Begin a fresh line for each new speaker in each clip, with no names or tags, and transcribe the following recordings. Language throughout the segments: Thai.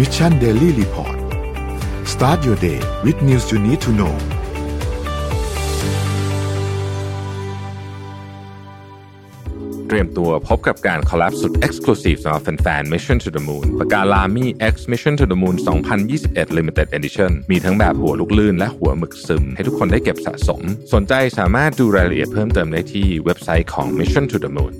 Mission Daily Report start your day with news you need to know
เตรียมตัวพบกับการคอลลับสุด Exclusive สำหรับแฟนๆ Mission to the Moon ปากกาลามี X Mission to the Moon 2021 Limited Edition มีทั้งแบบหัวลูกลื่นและหัวหมึกซึม ให้ทุกคนได้เก็บสะสม สนใจสามารถดูรายละเอียดเพิ่มเติมได้ที่เว็บไซต์ของ Mission to the Moon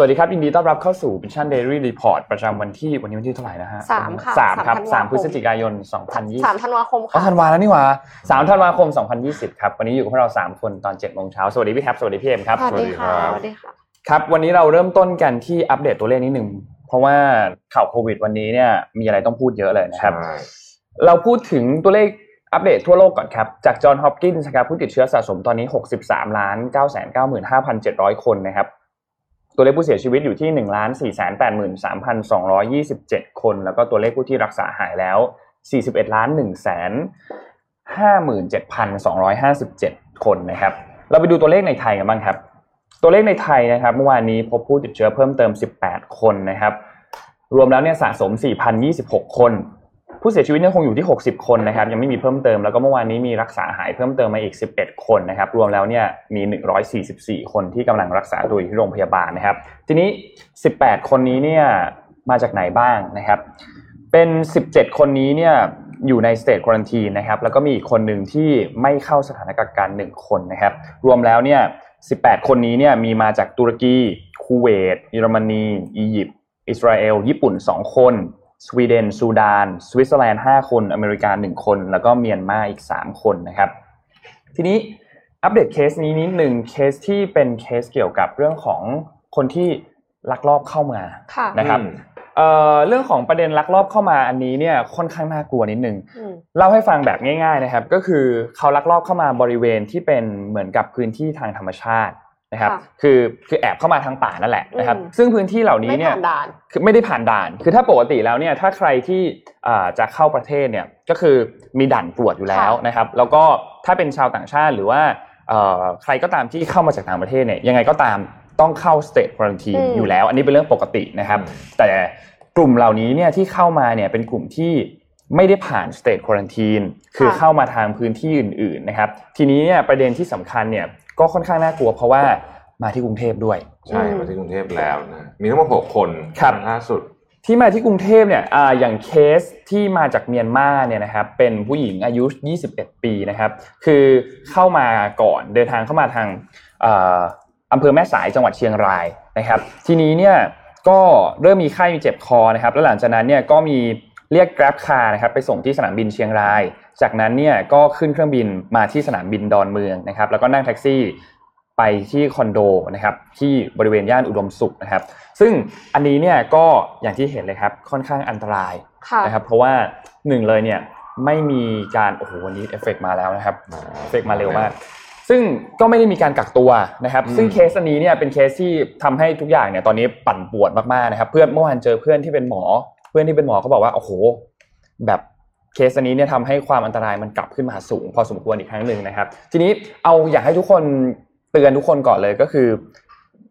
สวัสดีครับ ยินดีต้อนรับเข้าสู่ Mission Daily Report ประจำวันที่วันนี้วันที่เท่าไหร่นะฮะ
สามค่ะ
สามครับ
สา
สาม ม
ธัน
พ
วาคม
ฤศจิกายน
สาม
2020
ธันวาคม
อ๋อ
ค่ะ
ธันวาแล้วนี่หว่าสามธันวาคม 2020 ครับ วันนี้อยู่กับพวกเรา 3 คนตอน7จ็ดโมงเช้าสวัสดีพี่แท็บสวัสดีพี่เอ็มครับ
สวัสดีค่ะสวัสดีค่ะ
ครับ วันนี้เราเริ่มต้นกันที่อัปเดตตัวเลขนิดหนึ่ง เพราะว่าข่าวโควิดวันนี้เนี่ยมีอะไรต้องพูดเยอะเลยนะครับ เราพูดถึงตัวเลขอัปเดตทั่วโลกก่อนครับ จากจอห์นฮอปกินส์ครับผู้ติดเชื้อสะสมตอนนี้ 63ล้าน9 9 5 7 0 0 คนนะครับ ตัวเลขผู้เสียชีวิตอยู่ที่1ล้าน4 8 3 2 2 7 คน แล้วก็ตัวเลขผู้ที่รักษาหายแล้ว 41ล้าน1 5 7 2 5 7 คนนะครับ เราไปดูตัวเลขในไทยกันบ้างครับ ตัวเลขในไทยนะครับเมื่อวานนี้พบผู้ติดเชื้อเพิ่มเติม 18 คนนะครับ รวมแล้วเนี่ยสะสม 4,026 คน ผู้เสียชีวิตยังคงอยู่ที่ 60 คนนะครับ ยังไม่มีเพิ่มเติมแล้วก็เมื่อวานนี้มีรักษาหายเพิ่มเติมมาอีก 11 คนนะครับ รวมแล้วเนี่ยมี 144 คนที่กำลังรักษาตัวอยู่ที่โรงพยาบาลนะครับ ทีนี้ 18 คนนี้เนี่ยมาจากไหนบ้างนะครับ เป็น 17 คนนี้เนี่ยอยู่ในสเต e ควอนตีนะครับ แล้วก็มีอีกคนหนึ่งที่ไม่เข้าสถานกักกันหนึ่งคนนะครับ รวมแล้วเนี่ย 18 คนนี้เนี่ยมีมาจากตุรกี คูเวต เยอรมนี อียิปต์ อิสราเอล ญี่ปุ่น 2 คน สวีเดน ซูดาน สวิตเซอร์แลนด์ 5 คน อเมริกา 1 คน แล้วก็เมียนมาอีก 3 คนนะครับ ทีนี้อัปเดตเคสนี้นิดหนึ่งเคสที่เป็นเคสเกี่ยวกับเรื่องของคนที่ลักลอบเข้ามา
ค่ะ
นะครับ
อืม
เอ่อเรื่องของประเด็นลักลอบเข้ามาอันนี้เนี่ยค่อนข้างน่ากลัวนิดนึง
อืม
เล่าให้ฟังแบบง่ายๆนะครับ ก็คือเขาลักลอบเข้ามาบริเวณที่เป็นเหมือนกับพื้นที่ทางธรรมชาตินะครับ
ค่ะ
คือคือแอบเข้ามาทางป่านั่นแหละนะครับ
อืม
ซึ่งพื้นที่เหล่านี้
ไม่
เนี่ย
ผ่านด่าน
คือไม่ได้ผ่านด่าน คือถ้าปกติแล้วเนี่ย ถ้าใครที่อ่าจะเข้าประเทศเนี่ย ก็คือมีด่านตรวจอยู่แล้ว
ค่ะ
นะครับ แล้วก็ถ้าเป็นชาวต่างชาติหรือว่าเอ่อใครก็ตามที่เข้ามาจากต่างประเทศเนี่ย ยังไงก็ตามต้องเข้าสเต e ควอนตี
อืม
อยู่แล้ว อันนี้เป็นเรื่องปกตินะครับ แต่กลุ่มเหล่านี้เนี่ยที่เข้ามาเนี่ยเป็นกลุ่มที่ไม่ได้ผ่านสเต e ควอนตีนคือ
ค่ะ
เข้ามาทางพื้นที่อื่นๆนะครับ ทีนี้เนี่ยประเด็นที่สำคัญเนี่ยก็ค่อนข้างน่ากลัว เพราะว่ามาที่กรุงเทพด้วย
ใช่
อืม
มาที่กรุงเทพแล้วนะมีทั้งหมดหกคน
ครับ
ล่าสุด
ที่มาที่กรุงเทพเนี่ยอาอย่างเคสที่มาจากเมียนมาเนี่ยนะครับ เป็นผู้หญิงอายุ 21 ปีนะครับ คือเข้ามาก่อนเดินทางเข้ามาทางเอ่ออำเภอแม่สายจังหวัดเชียงรายนะครับ ทีนี้เนี่ยก็เริ่มมีไข้มีเจ็บคอนะครับ แล้วหลังจากนั้นเนี่ยก็มีเรียก Grab Car นะครับไปส่งที่สนามบินเชียงราย จากนั้นเนี่ยก็ขึ้นเครื่องบินมาที่สนามบินดอนเมืองนะครับ แล้วก็นั่งแท็กซี่ไปที่คอนโดนะครับที่บริเวณย่านอุดมสุขนะครับ ซึ่งอันนี้เนี่ยก็อย่างที่เห็นเลยครับค่อนข้างอันตราย
ค่ะ
นะครับเพราะว่าหนึ่งเลยเนี่ยไม่มีการโอ้โหวันนี้เอฟเฟกมาแล้วนะครับเอฟเฟกมาเร็วมากซึ่งก็ไม่ได้มีการกักตัวนะครับ
อืม
ซึ่งเคสอันนี้เนี่ยเป็นเคสที่ทำให้ทุกอย่างเนี่ยตอนนี้ปั่นป่วนมากๆนะครับ เพื่อนเมื่อวานเจอเพื่อนที่เป็นหมอ เพื่อนที่เป็นหมอเขาบอกว่าโอ้โห แบบเคสอันนี้เนี่ยทำให้ความอันตรายมันกลับขึ้นมาสูง พอสมควรอีกครั้งหนึ่งนะครับ ทีนี้เอาอยากให้ทุกคนเตือนทุกคนก่อนเลยก็คือ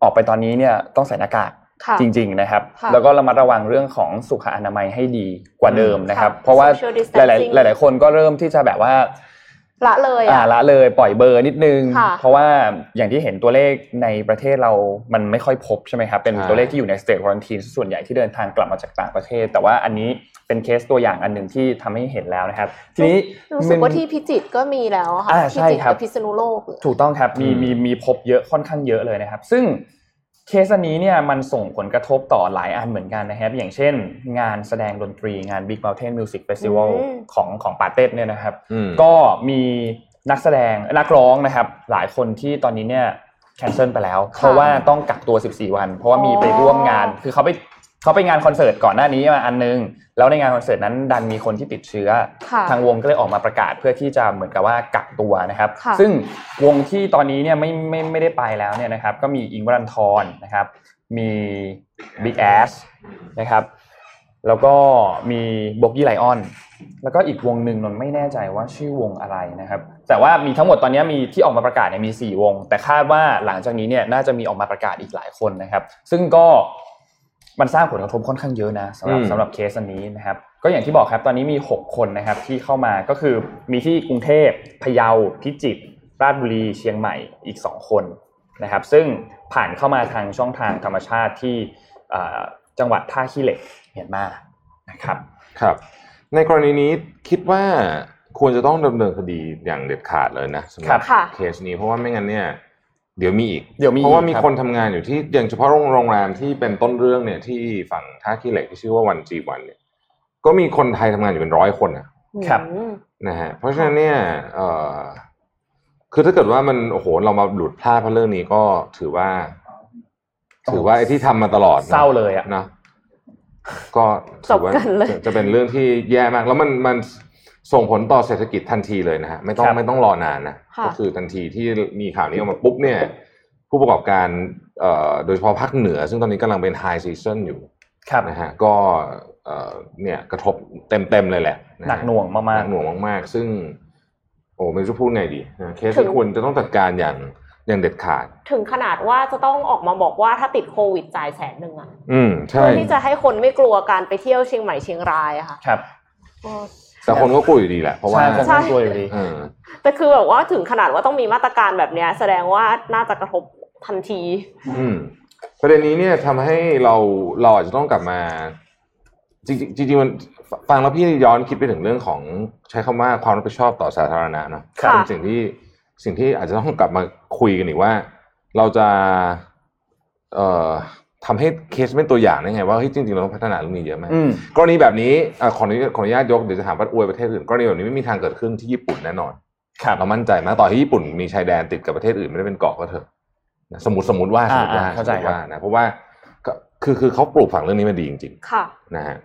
ออกไปตอนนี้เนี่ยต้องใส่หน้ากาก
ค่ะ
จริงๆนะครับ
ค่ะ
แล้วก็ระมัดระวังเรื่องของสุขอนามัยให้ดีกว่าเดิมนะครับ
ค่ะ
เพราะว่า
Social
ห
distancing
ลายๆ หลาย ๆ คนก็เริ่มที่จะแบบว่า
ละเลย
อ่า
อ่ะ
ละเลยปล่อยเบอร์นิดนึง
ค่ะ
เพราะว่าอย่างที่เห็นตัวเลขในประเทศเรามันไม่ค่อยพบใช่ไหมครับ เป็น
ใช่
ตัวเลขที่อยู่ในสเต e ควอนตีนส่วนใหญ่ที่เดินทางกลับมาจากต่างประเทศ แต่ว่าอันนี้เป็นเคสตัวอย่างอันหนึ่งที่ทำให้เห็นแล้วนะครับ ทีนี้
รู้สึกว่าที่พิจิตรก็มีแล้วอะค่ะ
อ่า
พิ
ใช่
จิตร
ครับ
กับพิษณุโลก
ถูกต้องครับมี
อืม
มีมีพบเยอะค่อนข้างเยอะเลยนะครับ ซึ่งเคสอันนี้เนี่ยมันส่งผลกระทบต่อหลายอันเหมือนกันนะครับ อย่างเช่น งานแสดงดนตรีงาน Big Mountain Music Festival
อืม
ของของปาเต้เนี่ยนะครับ
อืม
ก็มีนักแสดงนักร้องนะครับ หลายคนที่ตอนนี้เนี่ยแคนเซิลไปแล้ว เพราะว่าต้องกักตัว 14 วัน เพราะว่ามีไปร่วมงาน คือเขาไปเขาไปงานคอนเสิร์ตก่อนหน้านี้มาอันนึง แล้วในงานคอนเสิร์ตนั้นดันมีคนที่ติดเชื้อ
ค่ะ
ทางวงก็เลยออกมาประกาศเพื่อที่จะเหมือนกับว่ากักตัวนะครับ
ค่ะ
ซึ่งวงที่ตอนนี้เนี่ยไม่ไม่ไม่ได้ไปแล้วเนี่ยนะครับ ก็มีอิงค์วรันทรนะครับ มี Big Ass นะครับ แล้วก็มีบก y ี้ไลออน แล้วก็อีกวงหนึ่งนนท์ไม่แน่ใจว่าชื่อวงอะไรนะครับ แต่ว่ามีทั้งหมดตอนนี้มีที่ออกมาประกาศเนี่ยมี 4 วง แต่คาดว่าหลังจากนี้เนี่ยน่าจะมีออกมาประกาศอีกหลายคนนะครับ ซึ่งก็ มันสร้างผลกระทบค่อนข้างเยอะนะสำหรับ
อืม
สำหรับเคสอันนี้นะครับ ก็อย่างที่บอกครับตอนนี้มี 6 คนนะครับที่เข้ามาก็คือมีที่กรุงเทพพะเยาพิจิตรราชบุรีเชียงใหม่อีก 2 คนนะครับ ซึ่งผ่านเข้ามาทางช่องทางธรรมชาติที่เอ่อจังหวัดท่าขี้เหล็กเมียนมานะครับ
ครับ ในกรณีนี้คิดว่าควรจะต้องดำเนินคดีอย่างเด็ดขาดเลยนะสำห
ครั
รับ บ
ค่ะ
เคสนี้เพราะว่าไม่งั้นเนี่ย เดี๋ยวมีอีก
เดี๋ยวมี
เพราะว่ามี
รับ
คนทำงานอยู่ที่อย่างเฉพาะโรงแรมที่เป็นต้นเรื่องเนี่ยที่ฝั่งท่าขี้เหล็กที่ชื่อว่าวันจีวันเนี่ย ก็มีคนไทยทำงานอยู่เป็นร้อยคนอะ
ครับ
อืม
นะฮะเพราะฉะนั้นเนี่ยเอ่อคือถ้าเกิดว่ามันโอ้โหเรามาหลุดพลาดเพราะเรื่องนี้ก็ถือว่า ถือว่าไอ้ที่ทำมาตลอดนะ
เศร้าเลยอะ
นะก็ถือว่า
จบกันเลย
จะจะเป็นเรื่องที่แย่มาก แล้วมันมันส่งผลต่อเศรษฐกิจทันทีเลยนะฮะไม่ต้อง
ครับ
ไม่ต้องรอนานนะ
ค่ะ
ก็คือทันทีที่มีข่าวนี้ออกมาปุ๊บเนี่ย ผู้ประกอบการเอ่อโดยเฉพาะภาคเหนือ ซึ่งตอนนี้กำลังเป็นไฮซีซั o นอยู่
ครับ
นะฮะก็เอ่อเนี่ยกระทบเต็มเต็มๆเลยแหละะฮะ
หนักหน่วงมาก
หนักหน่วงมากๆ ซึ่ง โอ้ไม่รู้จะพูดไงดีนะเคสที่
ถึง
ควรจะต้องจัดการอย่างอย่างเด็ดขาด
ถึงขนาดว่าจะต้องออกมาบอกว่าถ้าติดโควิดจ่ายแสนหนึ่งอะ
อืม ใช่
เพื่อที่จะให้คนไม่กลัวการไปเที่ยวเชียงใหม่เชียงรายอะค่ะ
ๆครับ
อ๋อ
แต่คนก็กลัวอยู่ดีแหละ เพราะว่า
ใช่คง
ใช่
ต้องกลัวอยู่ดี
เออ
แต่คือแบบว่าถึงขนาดว่าต้องมีมาตรการแบบเนี้ย แสดงว่าน่าจะกระทบทันที
อืมประเด็นนี้เนี่ยทำให้เราเราอาจจะต้องกลับมา จริงๆจริงๆมันฟังแล้วพี่ย้อนคิดไปถึงเรื่องของใช้คำว่าความรับผิดชอบต่อสาธารณะเนาะ
ค่ะ
เป็นสิ่งที่สิ่งที่อาจจะต้องกลับมาคุยกันอีกว่า เราจะเอ่อทำให้เคสเป็นตัวอย่างได้ไง ว่าเฮ้ยจริงๆเราต้องพัฒนาเรื่องนี้เยอะมาก
อืม
กรณีแบบนี้อ่ะขออนุญาตขออนุญาตยกเดี๋ยวจะถามว่าอวยประเทศอื่นกรณีแบบนี้ไม่มีทางเกิดขึ้นที่ญี่ปุ่นแน่นอน
ครับ
เรามั่นใจมากต่อที่ญี่ปุ่นมีชายแดนติดกับประเทศอื่นไม่ได้เป็นเกาะก็เถอะนะสมมติสมมติว่าสมมติว่า
อ่าอ่าเข้าใจ
สมมติว่า
ครับ
นะเพราะว่าก็คือคือเขาปลูกฝังเรื่องนี้มาดีจริง
ค่ะ
ๆนะฮะ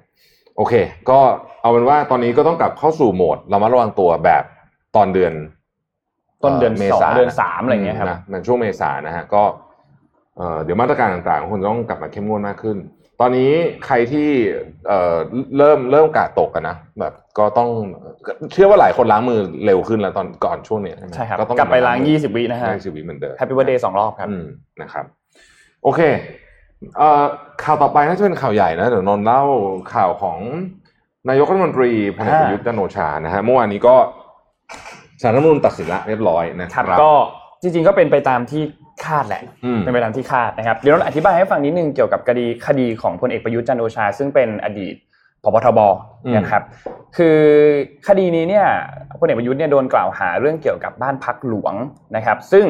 โอเค ก็เอาเป็นว่าตอนนี้ก็ต้องกลับเข้าสู่โหมด เรามาระวังตัวแบบตอนเดือน
ต้นเดือน
เม
สอง
ษา
เดือนสามอะไรอย่างเงี้ยครับ
นะในช่วงเมษานะฮะก็เอ่อเดี๋ยวมาตรการต่างๆคงจะต้องกลับมาเข้มงวดมากขึ้น ตอนนี้ใครที่เอ่อเริ่มเริ่มกาดตกกันนะแบบก็ต้องเชื่อว่าหลายคนล้างมือเร็วขึ้นแล้วตอนก่อนช่วงเนี้ยไหม
ใช่ครับ
ก็ต้อง
กลับไปล้าง
มือ
ยี่สิบวินะฮะ
ล้างชีวิตเหมือนเดิม
แฮปปี้เบอร์เดย์สองรอบครับ
อืมนะครับ โอเคเอ่อข่าวต่อไปน่าจะเป็นข่าวใหญ่นะเดี๋ยวนนท์เล่าข่าวของนายกรัฐมนตรีพลเอกประยุทธ์จันทร์โอชานะฮะเมื่อวานนี้ก็สาลรฐธรรมนูญตัดสินละเรียบร้อยนะค
ค
รั
รั
บบ
ก็จริงๆก็เป็นไปตามที่คาดแหละ
อืม
เป็นไปตามที่คาดนะครับ เดี๋ยวเราอธิบายให้ฟังนิดนึงเกี่ยวกับคดีคดีของพลเอกประยุทธ์จันทร์โอชา ซึ่งเป็นอดีตพบทบ
อืม
นะครับ คือคดีนี้เนี่ยพลเอกประยุทธ์เนี่ยโดนกล่าวหาเรื่องเกี่ยวกับบ้านพักหลวงนะครับ ซึ่ง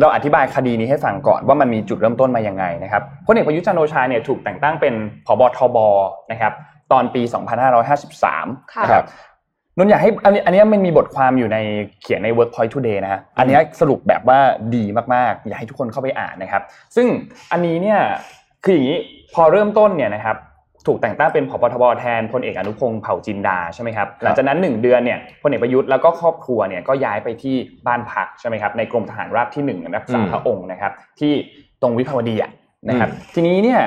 เราอธิบายคดีนี้ให้ฟังก่อนว่ามันมีจุดเริ่มต้นมายังไงนะครับพลเอกประยุทธ์จันทร์โอชาเนี่ยถูกแต่งตั้งเป็นพบทบนะครับ ตอนปี 2553
ค่ะ
ครับ
นนท์อยากให้อันนี้อันนี้มันมีบทความอยู่ในเขียนใน Workpoint Today นะฮะอันนี้สรุปแบบว่าดีมากๆ อยากให้ทุกคนเข้าไปอ่านนะครับ ซึ่งอันนี้เนี่ยคืออย่างนี้พอเริ่มต้นเนี่ยนะครับถูกแต่งตั้งเป็นผบทบแทนพลเอกอนุพงศ์เผ่าจินดาใช่ไหมครับหลังจากนั้น 1 เดือนเนี่ยพลเอกประยุทธ์แล้วก็ครอบครัวเนี่ยก็ย้ายไปที่บ้านพักใช่ไหมครับในกรมทหารราบที่ 1 รักษา
อืม
พระองค์นะครับ ที่ตรงวิภาวดีอะ นะครับ
อืม
ทีนี้เนี่ย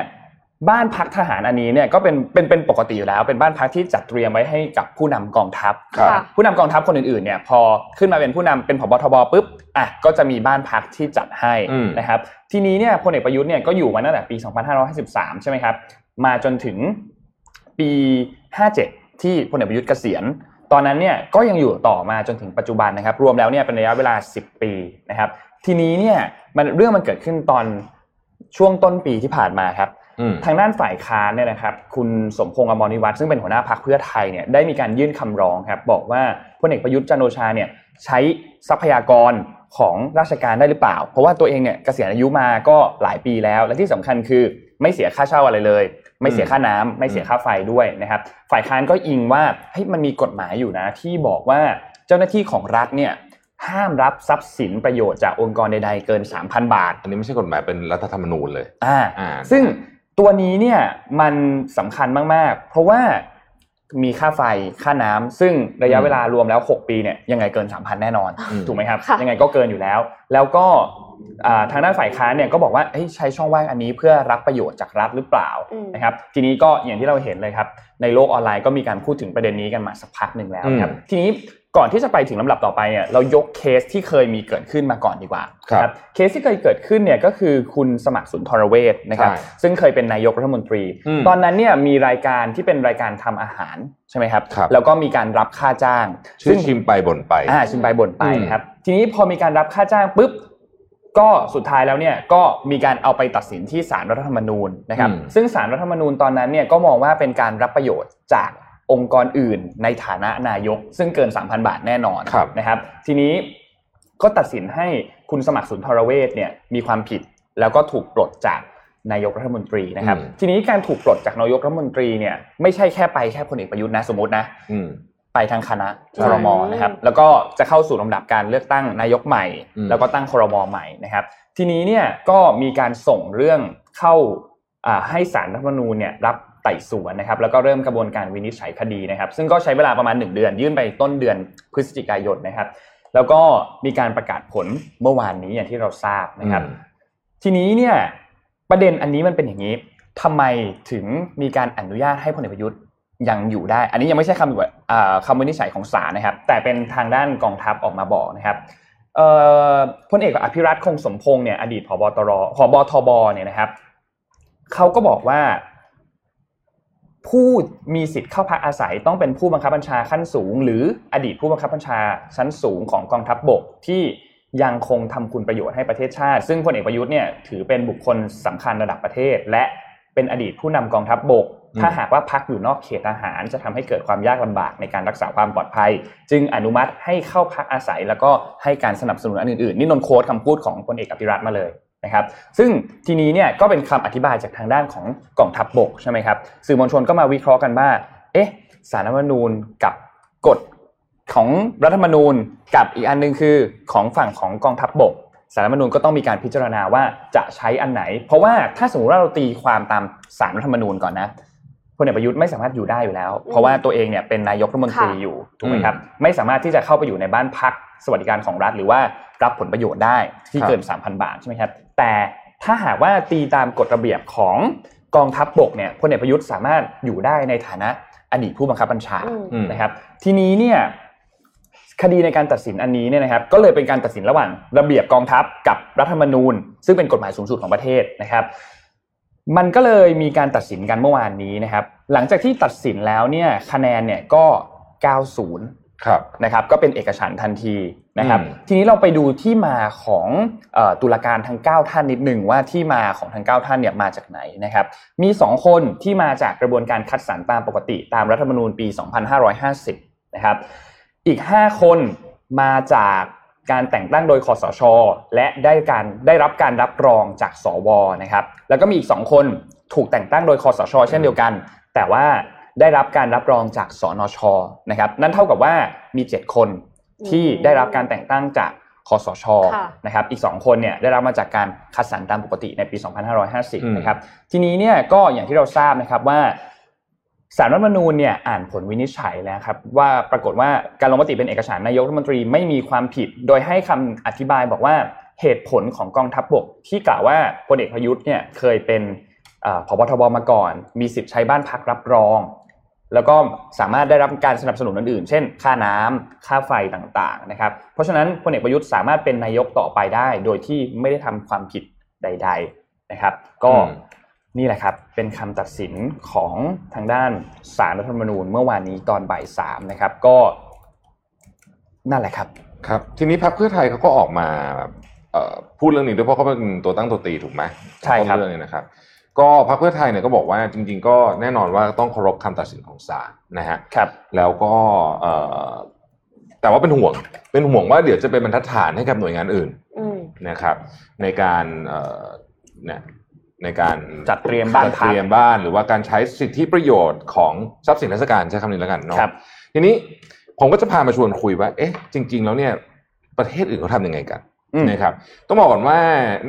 บ้านพักทหารอันนี้เนี่ยก็เป็นเป็นเป็นปกติอยู่แล้ว เป็นบ้านพักที่จัดเตรียมไว้ให้กับผู้นำกองทัพ
ครับ
ค่ะ
ผู้นำกองทัพคนอื่นๆเนี่ยพอขึ้นมาเป็นผู้นำเป็นผบทบปุ๊บอ่ะก็จะมีบ้านพักที่จัดให้
อืม
นะครับทีนี้เนี่ยพลเอกประยุทธ์เนี่ยก็อยู่มาตั้งแต่ปี 2553 ใช่ไหมครับมาจนถึงปี 57 ที่พลเอกประยุทธ์เกษียณ ตอนนั้นเนี่ยก็ยังอยู่ต่อมาจนถึงปัจจุบันนะครับ รวมแล้วเนี่ยเป็นระยะเวลา 10 ปีนะครับ ทีนี้เนี่ยมันเรื่องมันเกิดขึ้นตอนช่วงต้นปีที่ผ่านมาครับ
อืม
ทางด้านฝ่ายค้านเนี่ยนะครับคุณสมพงษ์อมรนิวัฒน์ซึ่งเป็นหัวหน้าพักเพื่อไทยเนี่ยได้มีการยื่นคำร้องครับบอกว่าพลเอกประยุทธ์จันทร์โอชาเนี่ยใช้ทรัพยากรของราชการได้หรือเปล่า เพราะว่าตัวเองเนี่ยเกษียณอายุมาก็หลายปีแล้ว และที่สำคัญคือไม่เสียค่าเช่าอะไรเลย ไม่เสียค่าน้ำไม่เสียค่าไฟด้วยนะครับ ฝ่ายค้านก็อิงว่าเฮ้ยมันมีกฎหมายอยู่นะ ที่บอกว่าเจ้าหน้าที่ของรัฐเนี่ยห้ามรับทรัพย์สินประโยชน์จากองค์กรใดๆเกิน 3,000 บาท
อันนี้ไม่ใช่กฎหมายเป็นรัฐธรรมนูญเลย
อ่า
อ่า
ซึ่งตัวนี้เนี่ยมันสำคัญมากๆ เพราะว่ามีค่าไฟค่าน้ำซึ่งระยะเวลารวมแล้ว 6 ปีเนี่ยยังไงเกิน 3,000 แน่นอน
อืม
ถูกไหมครับ
ค่ะ
ยังไงก็เกินอยู่แล้ว แล้วก็อ่าทางด้านฝ่ายค้านเนี่ยก็บอกว่าเฮ้ยใช้ช่องว่างอันนี้เพื่อรับประโยชน์จากรัฐหรือเปล่า
อืม
นะครับทีนี้ก็อย่างที่เราเห็นเลยครับ ในโลกออนไลน์ก็มีการพูดถึงประเด็นนี้กันมาสักพักหนึ่งแล้วนะครับ
อืม
ทีนี้ ก่อนที่จะไปถึงลำดับต่อไปเนี่ยเรายกเคสที่เคยมีเกิดขึ้นมาก่อนดีกว่า
ครับ
เคสที่เคยเกิดขึ้นเนี่ยก็คือคุณสมัครสุนทรเวชนะครับ
ใช่
ซึ่งเคยเป็นนายกรัฐมนตรี
อืม
ตอนนั้นเนี่ยมีรายการที่เป็นรายการทำอาหารใช่ไหมครับ
ครับ
แล้วก็มีการรับค่าจ้าง
ชื่อชิมไปบ่นไป
อ่าชิมไปบ่นไป
อืม
นะครับ ทีนี้พอมีการรับค่าจ้างปุ๊บ ก็สุดท้ายแล้วเนี่ยก็มีการเอาไปตัดสินที่ศาลรัฐธรรมนูญนะครับ ซึ่งศาลรัฐธรรมนูญตอนนั้นเนี่ยก็มองว่าเป็นการรับประโยชน์จากองค์กรอื่นในฐานะนายก ซึ่งเกิน 3,000 บาทแน่นอนนะครับ ทีนี้ก็ตัดสินให้คุณสมัครสุนทรเวชเนี่ยมีความผิดแล้วก็ถูกปลดจากนายกรัฐมนตรีนะครับ
อืม
ทีนี้การถูกปลดจากนายกรัฐมนตรีเนี่ยไม่ใช่แค่ไปแค่พลเอกประยุทธ์นะสมมตินะ
อืม
ไปทางคณะ
ใช่
ครมนะครับ แล้วก็จะเข้าสู่ลำดับการเลือกตั้งนายกใหม่
อืม
แล้วก็ตั้งครมใหม่นะครับ ทีนี้เนี่ยก็มีการส่งเรื่องเข้าอ่าให้สารรัฐธรรมนูญเนี่ยรับไต่สวนนะครับ แล้วก็เริ่มกระบวนการวินิจฉัยคดีนะครับ ซึ่งก็ใช้เวลาประมาณ 1 เดือน ยื่นไปต้นเดือนพฤศจิกายนนะครับ แล้วก็มีการประกาศผลเมื่อวานนี้อย่างที่เราทราบนะครับ
อืม
ทีนี้เนี่ยประเด็นอันนี้มันเป็นอย่างนี้ทำไมถึงมีการอนุญาตให้พลเอกประยุทธ์ยังอยู่ได้ อันนี้ยังไม่ใช่คำอ่าคำวินิจฉัยของศาลนะครับ แต่เป็นทางด้านกองทัพออกมาบอกนะครับเอ่อพลเอกอภิรัตคงสมพงษ์เนี่ยอดีตผบตรผบทบเนี่ยนะครับเขาก็บอกว่า ผู้มีสิทธิ์เข้าพักอาศัยต้องเป็นผู้บังคับบัญชาขั้นสูง หรืออดีตผู้บังคับบัญชาชั้นสูงของกองทัพบบกที่ยังคงทำคุณประโยชน์ให้ประเทศชาติ ซึ่งพลเอกประยุทธ์เนี่ยถือเป็นบุคคลสำคัญระดับประเทศ และเป็นอดีตผู้นำกองทัพบบก
อืม
ถ้าหากว่าพักอยู่นอกเขตทหารจะทำให้เกิดความยากลำบากในการรักษาความปลอดภัย จึงอนุมัติให้เข้าพักอาศัย แล้วก็ให้การสนับสนุนอันอื่นๆนี่นนท์โค้ดคำพูดของพลเอกอภิรัตน์มาเลย นะครับซึ่งทีนี้เนี่ยก็เป็นคำอธิบายจากทางด้านของกองทัพบบกใช่ไหมครับสื่อมวลชนก็มาวิเคราะห์กันว่า เอ๊ะสารรัฐธรรมนูญกับกฎของรัฐธรรมนูญกับอีกอันหนึงคือของฝั่งของกองทัพบบกสารรัฐธรรมนูญก็ต้องมีการพิจารณาว่าจะใช้อันไหน เพราะว่าถ้าสมมติว่าเราตีความตามสารรัฐธรรมนูญก่อนนะพลเอกประยุทธ์ไม่สามารถอยู่ได้อยู่แล้ว เพราะว่าตัวเองเนี่ยเป็นนายกรัฐมนตรี
ค่ะ
อยู่ถูกไหมครับไม่สามารถที่จะเข้าไปอยู่ในบ้านพักสวัสดิการของรัฐหรือว่ารับผลประโยชน์ได้ ที่
ครับ
เกิน 3,000 บาทใช่ไหมครับ แต่ถ้าหากว่าตีตามกฎระเบียบของกองทัพบบกเนี่ยพลเอกประยุทธ์สามารถอยู่ได้ในฐานะอดีตผู้บังคับบัญชา
อืม
อืม
นะครับ ทีนี้เนี่ยคดีในการตัดสินอันนี้เนี่ยนะครับ ก็เลยเป็นการตัดสินระหว่างระเบียบกองทัพกับรัฐธรรมนูญ ซึ่งเป็นกฎหมายสูงสุดของประเทศนะครับ มันก็เลยมีการตัดสินกันเมื่อวานนี้นะครับ หลังจากที่ตัดสินแล้วเนี่ยคะแนนเนี่ยก็ 90
ครับ
นะครับก็เป็นเอกฉันท์ทันทีนะครับ
อืม
ทีนี้เราไปดูที่มาของเออตุลาการทั้ง 9 ท่านนิดหนึ่งว่าที่มาของทั้ง 9 ท่านเนี่ยมาจากไหนนะครับมี 2 คนที่มาจากกระบวนการคัดสรรตามปกติ ตามรัฐธรรมนูญปี 2550นะครับอีก 5 คนมาจากการแต่งตั้งโดยคอสช และได้การได้รับการรับรองจากสวนะครับแล้วก็มีอีก 2 คนถูกแต่งตั้งโดยคอสช เช่นเดียวกัน แต่ว่าได้รับการรับรองจากสนชนะครับนั่นเท่ากับว่ามี 7 คนที่
อืม
ได้รับการแต่งตั้งจากคอสช
ค่ะ
นะครับอีก 2 คนเนี่ยได้รับมาจากการคัดสรรตามปกติในปี
อืม
2550นะครับทีนี้เนี่ยก็อย่างที่เราทราบนะครับว่าสารรัฐธรรมนูญเนี่ยอ่านผลวินิจฉัยแล้วครับว่าปรากฏว่าการลงมติเป็นเอกฉันท์นายกรัฐมนตรีไม่มีความผิด โดยให้คำอธิบายบอกว่าเหตุผลของกองทัพบก ที่กล่าวว่าพลเอกประยุทธ์เนี่ยเคยเป็น เอ่อพบทบมาก่อน มีสิทธิ์ใช้บ้านพักรับรอง แล้วก็สามารถได้รับการสนับสนุนอื่นๆ เช่น ค่าน้ำค่าไฟต่างๆ นะครับ เพราะฉะนั้นพลเอกประยุทธ์สามารถเป็นนายกต่อไปได้ โดยที่ไม่ได้ทำความผิดใด ๆ นะครับ ก็
อืม
นี่แหละครับ เป็นคำตัดสินของทางด้านสารรัฐธรรมนูญเมื่อวานนี้ตอนบ่ายสามนะครับ ก็ นั่นแหละครับ
ครับ ทีนี้พรรคเพื่อไทยเขาก็ออกมาแบบเอ่อพูดเรื่องนี้ด้วยเพราะเขาเป็นตัวตั้งตัวตีถูกไหม
ใช่ครับ
ต้นเรื่องเนี่ยนะครับ ก็พรรคเพื่อไทยเนี่ยก็บอกว่าจริง ๆ ก็แน่นอนว่าต้องเคารพคำตัดสินของศาลนะฮะ
ครับ
แล้วก็เอ่อแต่ว่าเป็นห่วง เป็นห่วงว่าเดี๋ยวจะเป็นบรรทัดฐานให้กับหน่วยงานอื่น
อืม
นะครับ ในการเอ่อเนี่ยในการ
จัดเตรียมบ้าน
จัด
พัก
เตรียมบ้าน หรือว่าการใช้สิทธิประโยชน์ของทรัพย์สินราชการใช้คำนี้แล้วกันเนาะ
ครับ
ทีนี้ผมก็จะพามาชวนคุยว่า เอ๊ะ จริง ๆ แล้วเนี่ยประเทศอื่นเขาทำยังไงกัน
อืม
นะครับ ต้องบอกก่อนว่า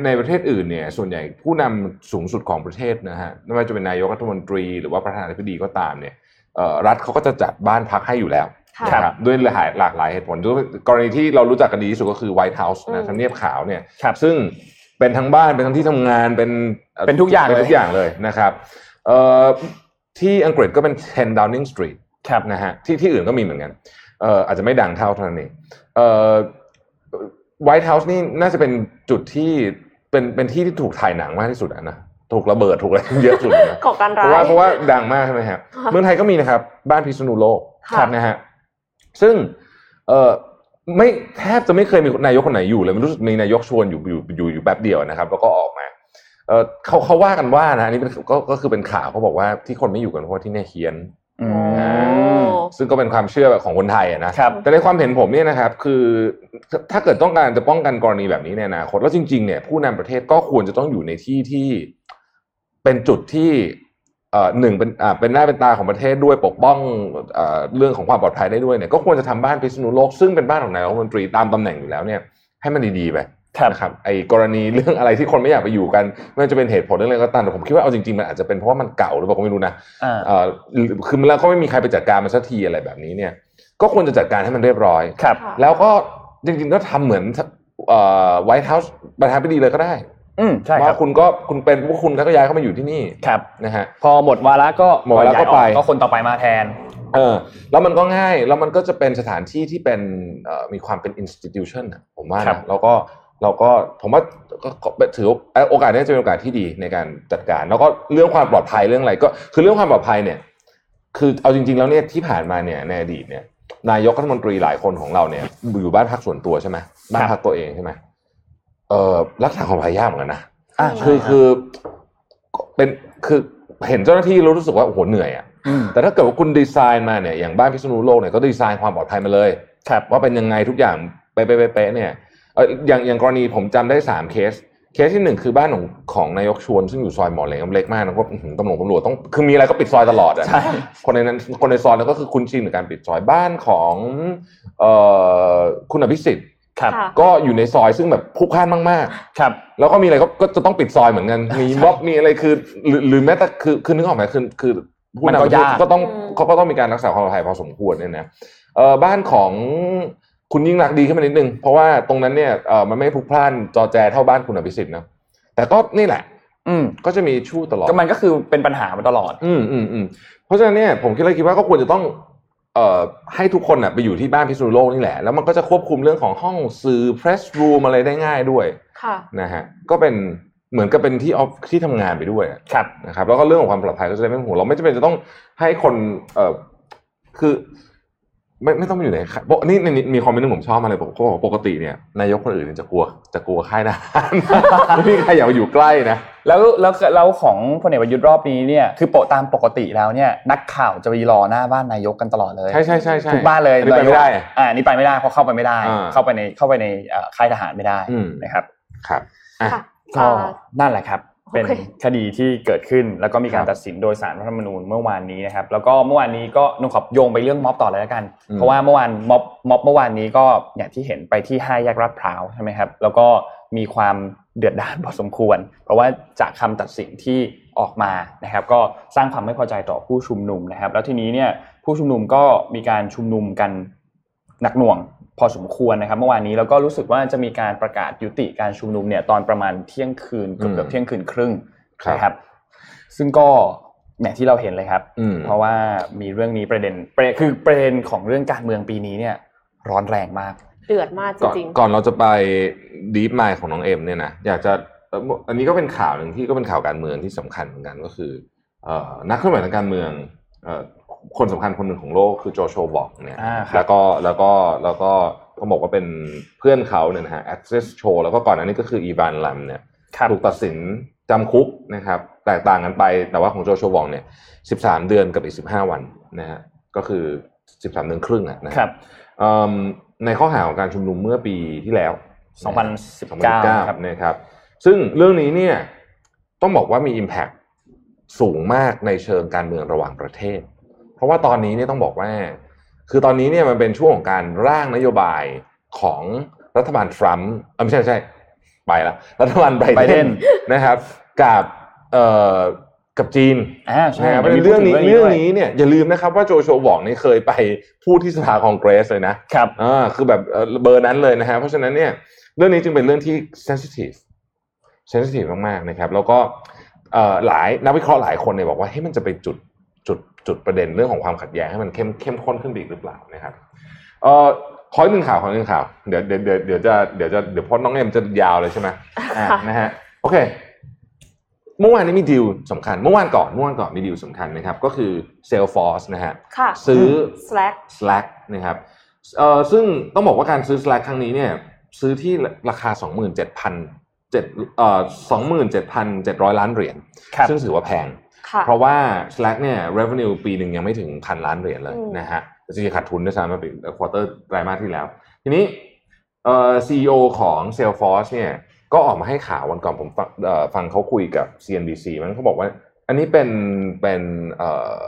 ในประเทศอื่นเนี่ย ส่วนใหญ่ผู้นำสูงสุดของประเทศนะฮะไม่ว่าจะเป็นนายกรัฐมนตรีหรือว่าประธานาธิบดีก็ตามเนี่ยเอ่อรัฐเขาก็จะจัดบ้านพักให้อยู่แล้ว
ค่ะ
นะด้วยหลายหลากหลายเหตุผลด้วยกรณีที่เรารู้จักกันดีที่สุดก็คือไวท์เฮาส์
อื
นะ
ม
ทำเนียบขาวเนี่ย
ครับ
ซึ่งเป็นทั้งบ้านเป็นทั้งที่ทำงานเป็น
เป็นทุกอย่างเลย
เป็นทุกอย่างเลยนะครับเอ่อที่อังกฤษก็เป็น 10 Downing Street
ครับ
นะฮะที่ที่อื่นก็มีเหมือนกัน เอ่ออาจจะไม่ดังเท่าเท่านั้นเองไวท์เฮาส์นี่น่าจะเป็นจุดที่เป็นเป็นที่ที่ถูกถ่ายหนังมากที่สุดอะนะถูกระเบิดถูกอะไร เยอะสุดนะ
ก่อการ
เพ
ร้า
ราะว่าย เพราะว่าดังมากใช่ไหมฮะ
ค่ะ
เมืองไทยก็มีนะครับบ้านพิษณุโลก
ค่ะ
นะฮะซึ่งเออไม่แทบจะไม่เคยมีนายกคนไหนอยู่เลยมันรู้สึกมีนายกชวนอยู่อยู่อยู่อยู่แป๊บเดียวนะครับ แล้วก็ออกมาเออเขาเขาว่ากันว่านะอันนี้เป็นก็ก็คือเป็นข่าวเขาบอกว่าที่คนไม่อยู่กันเพราะว่าที่เนี่ยเฮี้ยน
อื
อ่า
ม
ซึ่งก็เป็นความเชื่อแบบของคนไทยอะนะครับ แต่ในความเห็นผมเนี่ยนะครับคือถ้าถ้าเกิดต้องการจะป้องกันกรณีแบบนี้ในอนาคตแล้วจริงๆเนี่ยผู้นำประเทศก็ควรจะต้องอยู่ในที่ที่เป็นจุดที่เอ่อหนึ่งเป็นอ่าเป็นหน้าเป็นตาของประเทศด้วยปกป้องเอ่อเรื่องของความปลอดภัยได้ด้วยเนี่ยก็ควรจะทำบ้านพิษณุโลกซึ่งเป็นบ้านของนายกรัฐมนตรีตามตำแหน่งอยู่แล้วเนี่ยให้มันดีๆไป
ครับ
นะครับไอ้กรณีเรื่องอะไรที่คนไม่อยากไปอยู่กันไม่ว่าจะเป็นเหตุผลเรื่องอะไรก็ตามแต่ผมคิดว่าเอาจริงๆมันอาจจะเป็นเพราะว่ามันเก่าหรือเปล่าก็ไม่รู้นะ
อ่า
เอ่อคือแล้วก็ไม่มีใครไปจัดการมันสักทีอะไรแบบนี้เนี่ย ก็ควรจะจัดการให้มันเรียบร้อย
ครับ
ค่ะ
แล้วก็จริงๆก็ทำเหมือนไวท์เฮาส์ประธานาธิบดีเลยก็ได้
อืมใช่ครั
ว่า
บ
คุณก็คุณเป็นพวกคุณก็ย้ายเข้ามาอยู่ที่นี่
ครับ
นะฮะ
พอหมดวาระก็
หมดวาระก็ไป
ย้ยออก็คนต่อไปมาแทน
เออแล้วมันก็ง่ายแล้วมันก็จะเป็นสถานที่ที่เป็นเอ่อมีความเป็น institution อะผมว่า
ครั
นะ
บ
แล้วก็เราก็ผมว่าก็ก็ถือเอ่อโอกาสนี้จะเป็นโอกาสที่ดีในการจัดการ แล้วก็เรื่องความปลอดภัยเรื่องอะไรก็คือเรื่องความปลอดภัยเนี่ย คือเอาจริง ๆ แล้วเนี่ยที่ผ่านมาเนี่ยในอดีตเนี่ย นายกรัฐมนตรีหลายคนของเราเนี่ย อยู่บ้านพักส่วนตัวใช่ไหมบ้านพักตัวเองใช่ไหมเออรักษาความพยายากเหมือนกันนะ
อ่า
ใช่
คือคือเป็นคือเห็นเจ้าหน้าที่แล้วรู้สึกว่าโอ้โหเหนื่อยอ่ะ
ม
แต่ถ้าเกิดว่าคุณดีไซน์มาเนี่ยอย่างบ้านพิษณุโลกเนี่ยก็ดีไซน์ความปลอดภัยมาเลย
ครับ
ว่าเป็นยังไงทุกอย่างเป๊ะๆๆๆเนี่ยเอ่ออย่างอย่างกรณีผมจำได้สามเคส เคสที่หนึ่งคือบ้านของของนายกชวน ซึ่งอยู่ซอยหมอเหลงเล็กมากนะก็อื้อหือตำรวจตำรวจต้องคือมีอะไรก็ปิดซอยตลอดอ่ะ
ใช่
คนในนั้นคนในซอยนั้นก็คือคุณชินกับการปิดซอยบ้านของเอ่อคุณอภิสิทธิ์
ครับ
ค่ะ
ก็อยู่ในซอยซึ่งแบบพลุกพล่านมากๆ
ครับ
แล้วก็มีอะไรก็ก็จะต้องปิดซอยเหมือนกันมีม็อบมีอะไรคือหรือหรือแม้แต่คือคือนึกออกไหมคือคือผู้
มัน
นำ
ก็
ประเทศ
ยาก
ก็ต้อง
อืม
เขาก็ต้องมีการรักษาความปลอดภัยพอสมควรเนี่ยนะเอ่อบ้านของคุณยิ่งรักษณ์ดีขึ้นมานิดนึง เพราะว่าตรงนั้นเนี่ยเอ่อมันไม่พลุกพล่านจอแจเท่าบ้านคุณอภิสิทธิ์นะแต่ก็นี่แหละ
อืม
ก็จะมีชู้ตลอด
ก็มันก็คือเป็นปัญหามาตลอด
อืมอืมอืมเพราะฉะนั้นเนี่ยผมคิดเลยคิดว่าก็ควรจะต้องเอ่อให้ทุกคนน่ะไปอยู่ที่บ้านพิษณุโลกนี่แหละแล้วมันก็จะควบคุมเรื่องของห้องสื่อ press room อะไรได้ง่ายด้วย
ค่ะ
นะฮะก็เป็นเหมือนกับเป็นที่ออฟที่ทำงานไปด้วย
ครับ
นะครับแล้วก็เรื่องของความปลอดภัยก็จะได้ไม่ต้องห่วงเราไม่จำเป็นจะต้องให้คนเอ่อคือไม่ไม่ต้องไปอยู่ในค่ายเพราะนี่นี่นี่มีคอมเมนต์หนึงผมชอบมากเลยบอกเขาบอกว่าปกติเนี่ยนายกคนอื่นเนยจะกลัวจะกลัวค่ายทหาร ไม่มีใครอยากมาอยู่ใกล้นะ
แล้วแล้วแล้วของพลเอกประยุทธ์รอบนี้เนี่ยคือปกตามปกติแล้วเนี่ยนักข่าวจะไปรอหน้าบ้านนายกกันตลอดเลย
ใช่ใช่ใช่ใช่
ทุกบ้านเลย
อันนี้ไปไม่ได้
อ่าอันนี่ไปไม่ได้เพราะเข้าไปไม่ได้
อ่า
เข้าไปในเข้าไปในเอ่อค่ายทหารไม่ได้
อืม
นะครับ
ครับ
ค่ะ
ก็นั่นแหละครับ
โอเค
เป็นคดีที่เกิดขึ้น แล้วก็มีกา
ค
ร
รับ
ตัดสินโดยสารรัฐธรรมนูญเมื่อวานนี้นะครับ แล้วก็เมื่อวานนี้ก็นงขอบโยงไปเรื่องม็อบต่อเลยแล้วกัน
อืม
เพราะว่าเมื่อวานม็อบม็อบเมื่อวานนี้ก็อย่างที่เห็นไปที่ห้าแยกรัดพร้าวใช่ไหมครับ แล้วก็มีความเดือดดาลพอสมควร เพราะว่าจากคำตัดสินที่ออกมานะครับ ก็สร้างความไม่พอใจต่อผู้ชุมนุมนะครับ แล้วทีนี้เนี่ยผู้ชุมนุมก็มีการชุมนุมกันหนักหน่วงพอสมควรนะครับ เมื่อวานนี้แล้วก็รู้สึกว่าจะมีการประกาศยุติการชุมนุมเนี่ยตอนประมาณเที่ยงคืนเกือบ
อืม
เกือบเที่ยงคืนครึ่ง
ครับ
นะครับ ซึ่งก็อย่างที่เราเห็นเลยครับ
อืม
เพราะว่ามีเรื่องนี้ประเด็นประเด็นคือประเด็นของเรื่องการเมืองปีนี้เนี่ย ร้อนแรงมาก
เดือดมากจ
ก่อน
ริง
ก่อนเราจะไปดีฟไมล์ของน้องเอ็มเนี่ยนะอยากจะเอ่ออันนี้ก็เป็นข่าวหนึ่งที่ก็เป็นข่าวการเมืองที่สำคัญเหมือนกันก็คือเอ่อนักเคลื่อนไหวทางการเมืองเอ่อคนสำคัญคนหนึ่งของโลกคือโจโฉบอกเนี่ย
อ่าครับ
แล้วก็แล้วก็แล้วก็ต้องบอกว่าเป็นเพื่อนเขาเนี่ยนะฮะแอคเซสโชแล้วก็ก่อนอันนี้ก็คืออีวานลัมเนี่ย
ครับ
ถูกตัดสินจำคุกนะครับแตกต่างกันไปแต่ว่าของโจโฉวองเนี่ย 13 เดือนกับอีก 15 วันนะฮะก็คือ 13 เดือนครึ่งอะนะฮะ
ครับ
เอิ่มในข้อหาของการชุมนุมเมื่อปีที่แล้ว
2019ครับ
นะครับ ซึ่งเรื่องนี้เนี่ยต้องบอกว่ามี Impact สูงมากในเชิงการเมืองระหว่างประเทศ เพราะว่าตอนนี้เนี่ยต้องบอกว่า คือตอนนี้เนี่ยมันเป็นช่วงของการร่างนโยบายของรัฐบาลทรัมป์เอ้ยไม่ใช่ไม่ใช่ไปละรัฐบาลไบ
ไบ
เด
เด
น
น
นะครับ กับเอ่อกับจีน
อ่า
ใช่
ใช่
ครับ
ดี๋ยวมี
เรื่องนี้
พูดถึ
เรื่อง
ด้วย
นี้เนี่ยอย่าลืมนะครับว่าโจโฉวองนี่เคยไปพูดที่สภาคองเกรสเลยนะครับ อ่าคือแบบเอ่อเบอร์นั้นเลยนะฮะเพราะฉะนั้นเนี่ยเรื่องนี้จึงเป็นเรื่องที่ sensitive sensitive มากๆนะครับ แล้วก็เอ่อหลายนักวิเคราะห์หลายคนเนี่ยบอกว่าเฮ้ยมันจะไปจุดจุดจุดประเด็นเรื่องของความขัดแย้งให้มันเข้มเข้มข้นขึ้นไปอีกหรือเปล่านะครับ เอ่อขออีกหนึ่งข่าวขออีกหนึ่งข่าวเดี๋ยวเดี๋ยวเดี๋ยวเดี๋ยวจะเดี๋ยวจะเดี๋ยวเพราะน้องเอ็มจะยาวเลยใช่ไหมอ่ะ
ค่ะ
นะฮะโอเค เมื่อวานนี้มีดีลสำคัญ เมื่อวานก่อนเมื่อวานก่อนมีดีลสำคัญนะครับ ก็คือ Salesforce นะฮะ
ค่ะ
ซื้อ
Slack
Slack นะครับเอ่อซึ่งต้องบอกว่าการซื้อ Slack ครั้งนี้เนี่ยซื้อที่ราคา 27,000เจ็ดเอ่อ27,700 ล้านเหรียญ
ครับ
ซึ่งถือว่าแพง
ค่ะ
เพราะว่า Slack เนี่ย revenue ปีหนึ่งยังไม่ถึงพันล้านเหรียญเลย
อืม
นะฮะจริงๆขาดทุนด้วยซ้ำมาปีควอเตอร์ไตรมาสที่แล้ว ทีนี้เอ่อ CEO ของ Salesforce เนี่ยก็ออกมาให้ข่าววันก่อนผมฟังเอ่อฟังเขาคุยกับ CNBC มันเขาบอกว่า อันนี้เป็นเป็นเอ่อ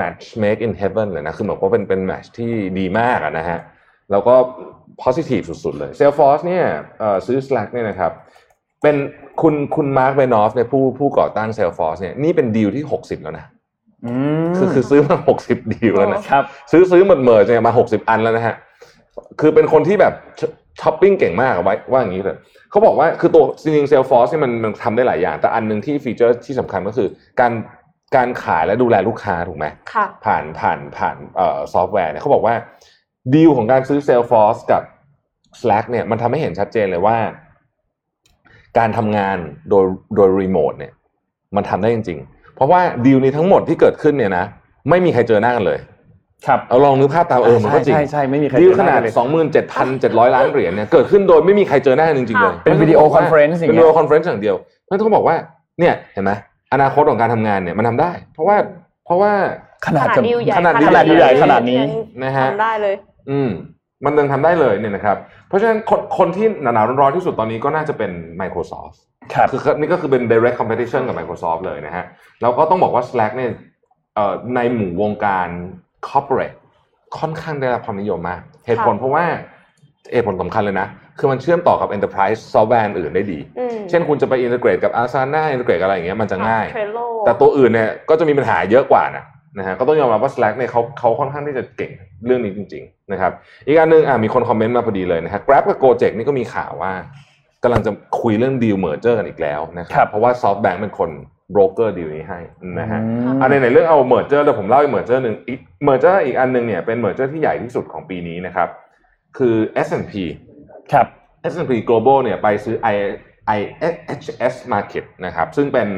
match make in heaven เลยนะ คือเหมือนว่าเป็นเป็น match ที่ดีมากอะนะฮะ แล้วก็ positive สุดๆเลย Salesforce เนี่ยเอ่อซื้อ Slack เนี่ยนะครับ เป็นคุณคุณมาร์คเบนอฟเนี่ยผู้ผู้ก่อตั้ง Salesforce เนี่ยนี่เป็นดีลที่ 60 แล้วนะ
อืม
คือคือซื้อมา 60 ดีลแล้วนะ
ครับ
ซื้อซื้อหมดเมิร์เนี่ยมา 60 อันแล้วนะฮะ คือเป็นคนที่แบบชช้อปปิ้งเก่งมากเอาไว้ว่าอย่างนี้เลยเขาบอกว่าคือตัวจริงๆเซลฟอร์สเนี่ยมันมันทำได้หลายอย่าง แต่อันหนึ่งที่ฟีเจอร์ที่สำคัญก็คือการการขายและดูแลลูกค้าถูกไหม
ค่ะ
ผ่านผ่านผ่านเอ่อซอฟต์แวร์เนี่ยเขาบอกว่าดีลของการซื้อ Salesforce กับ Slack เนี่ยมันทำให้เห็นชัดเจนเลยว่า การทำงานโดยโดยรีโมทเนี่ยมันทำได้จริง ๆ เพราะว่าดีลนี้ทั้งหมดที่เกิดขึ้นเนี่ยนะไม่มีใครเจอหน้ากันเลย
ครับ
เอาลองนึกภาพตามเออมันก็จริง
ใช่ใช่ใช่ไม่มีใคร
ดีล
เจอ
ขนาด
เลย
27,700 ล้านเหรียญเนี่ยเกิดขึ้นโดยไม่มีใครเจอหน้ากันจริงๆเลย
เป็นวิดีโอคอนเฟรนซ์อย่าง
เป็นวิ
เงี้ย
ดีโอคอนเฟรนซ์อย่างเดียวเพราะฉะนั้นเขาบอกว่าเนี่ยเห็นไหมอนาคตของการทำงานเนี่ยมันทำได้ เพราะว่าเพราะว่า
ขนาด
ขนาดนิ้ว
ขนาดนิ้วให
ขนาดให
ใหญ่
ญ่
ญ่ขนาดนี้
นะฮะ
ทำได้เลย
อืมมันยังทำได้เลยเนี่ยนะครับ เพราะฉะนั้นคนคนที่หนาวๆร้อนๆที่สุดตอนนี้ก็น่าจะเป็น Microsoft
ครับ
คือนี่ก็คือเป็น direct competition กับ Microsoft เลยนะฮะ แล้วก็ต้องบอกว่า Slack เนี่ยเอ่อในหมู่วงการ corporate ค่อนข้างได้รับความนิยมมาก เหตุผลเพราะว่าเหตุผลสำคัญเลยนะ คือมันเชื่อมต่อกับ enterprise software อื่นได้ดี
อืม
เช่นคุณจะไป integrate กับ Asana integrate กับอะไรอย่างเงี้ยมันจะง่าย
เทรลโล
แต่ตัวอื่นเนี่ยก็จะมีปัญหาเยอะกว่านะนะฮะก็ต้องยอมรับว่า Slack เนี่ยเขาเขาค่อนข้างที่จะเก่งเรื่องนี้จริงๆนะครับอีกอันหนึงอ่ะมีคนคอมเมนต์มาพอดีเลยนะฮะ Grab กับ Gojek นี่ก็มีข่าวว่ากำลังจะคุยเรื่องดีลเมอร์เจอร์กันอีกแล้วนะครับเพราะว่า SoftBank เป็นคนโบรกเกอร์ดีลนี้ให้นะฮะ
อืม
อันในๆเรื่องเอาเมอร์เจอร์เดี๋ยวผมเล่าอีกเมอร์เจอร์หนึ่งอีกเมอร์เจอร์อีกอันหนึงเนี่ยเป็นเมอร์เจอร์ที่ใหญ่ที่สุดของปีนี้นะครับคือ S&P
ครับ
S&P Global เนี่ยไปซื้อ I IHS Market นะครับซึ่งเป็น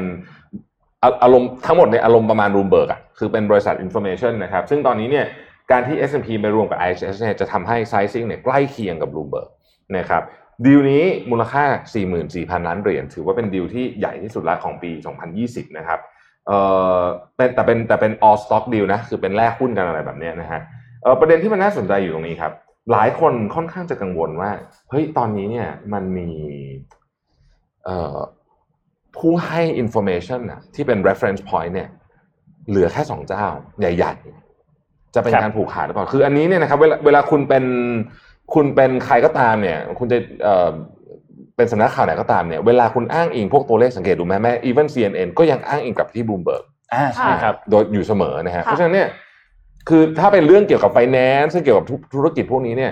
อาอารมณ์ทั้งหมดในยอารมณ์ประมาณรูมเบิร์กอะคือเป็นบริษัท Information นะครับ ซึ่งตอนนี้เนี่ยการที่ S&P ไปรวมกับ IHS เนี่ยจะทำให้ Sizing เนี่ยใกล้เคียงกับรูมเบิร์กนะครับดีลนี้มูลค่า 44,000 ล้านเหรียญถือว่าเป็นดีลที่ใหญ่ที่สุดละของปี 2020 นะครับเอ่อเป็นแต่เป็นแต่เป็น all stock deal นะคือเป็นแลกหุ้นกันอะไรแบบเนี้ยนะฮะเอ่อประเด็นที่มันน่าสนใจอยู่ตรงนี้ครับ หลายคนค่อนข้างจะกังวลว่า เฮ้ย ตอนนี้เนี่ยมันมีเอ่อผู้ให้ information นะที่เป็น reference point เนี่ย เหลือแค่สองเจ้า ใหญ่ๆ จะเป็น
ครับ
การผูกขาดหรือเปล่า คืออันนี้เนี่ยนะครับ เวลาเวลาคุณเป็นคุณเป็นใครก็ตามเนี่ย คุณจะเอ่อเป็นสำนักข่าวไหนก็ตามเนี่ย เวลาคุณอ้างอิงพวกตัวเลขสังเกตดูไหมแม้ even CNN ก็ยังอ้างอิงกลับไปที่ Bloomberg
อ่าใช่
ค่ะ
ครับ
โดยอยู่เสมอนะฮะ
ค่ะ
เพราะฉะนั้นเนี่ยคือถ้าเป็นเรื่องเกี่ยวกับไฟแนนซ์เกี่ยวกับธุธุรกิจพวกนี้เนี่ย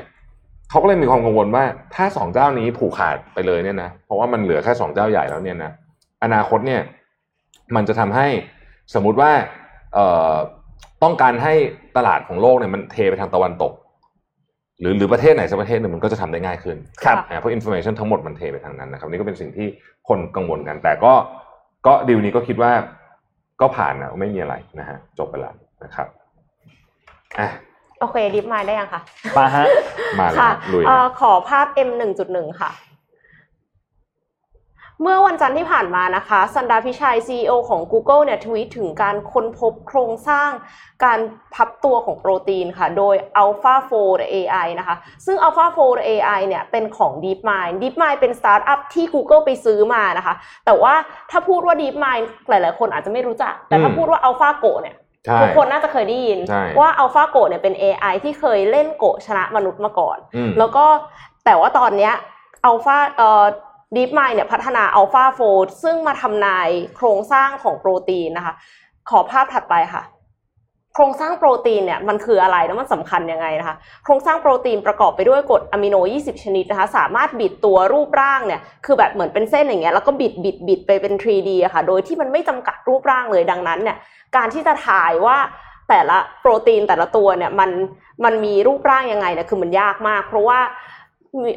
เขาก็เลยมีความกังวลว่าถ้าสองเจ้านี้ผูกขาดไปเลยเนี่ยนะเพราะว่ามันเหลือแค่สองเจ้าใหญ่แล้วเนี่ยนะอนาคตเนี่ยมันจะทำให้สมมุติว่าเอ่อต้องการให้ตลาดของโลกเนี่ยมันเทไปทางตะวันตก หรือหรือประเทศไหนสักประเทศหนึ่งมันก็จะทำได้ง่ายขึ้น
ครับ
อ่าเพราะ information ทั้งหมดมันเทไปทางนั้นนะครับนี่ก็เป็นสิ่งที่คนกังวลกัน แต่ก็ก็ดีลนี้ก็คิดว่าก็ผ่านนะไม่มีอะไรนะฮะจบไปแล้วนะครับอ่ะ
โอเคดิฟมาได้ยังคะ
มาฮะ
มาเลย
ค่ะ
ลุย
เอ่อขอภาพ M 1.1 ค่ะ เมื่อวันจันทร์ที่ผ่านมานะคะ สันดาพิชัย CEO ของ Google เนี่ยทวีตถึงการค้นพบโครงสร้างการพับตัวของโปรตีนค่ะ โดย AlphaFold AI นะคะ ซึ่ง AlphaFold AI เนี่ยเป็นของ DeepMind DeepMind เป็นสตาร์ทอัพที่ Google ไปซื้อมานะคะ แต่ว่าถ้าพูดว่า DeepMind หลาย ๆ คนอาจจะไม่รู้จัก แต่ถ้าพูดว่า AlphaGo เนี่ย
ใช่
ทุกคนน่าจะเคยได้ยิน
ใช่
ว่าอัลฟาโกเนี่ยเป็น AI ที่เคยเล่นโกะชนะมนุษย์มาก่อน
อืม
แล้วก็แต่ว่าตอนเนี้ยอัลฟาเอ่อดีฟไมเนี่ยพัฒนาอัลฟาโฟลซึ่งมาทำนายโครงสร้างของโปรตีนนะคะ ขอภาพถัดไปค่ะ โครงสร้างโปรตีนเนี่ยมันคืออะไรแล้วมันสำคัญยังไงนะคะ โครงสร้างโปรตีนประกอบไปด้วยกรดอะมิโน 20 ชนิดนะคะ สามารถบิดตัวรูปร่างเนี่ย คือแบบเหมือนเป็นเส้นอย่างเงี้ย แล้วก็บิดบิดบิดไปเป็น 3D อะค่ะ โดยที่มันไม่จำกัดรูปร่างเลยดังนั้นเนี่ย การที่จะถ่ายว่า แต่ละโปรตีนแต่ละตัวเนี่ยมันมันมีรูปร่างยังไงเนี่ยคือมันยากมาก เพราะว่ามี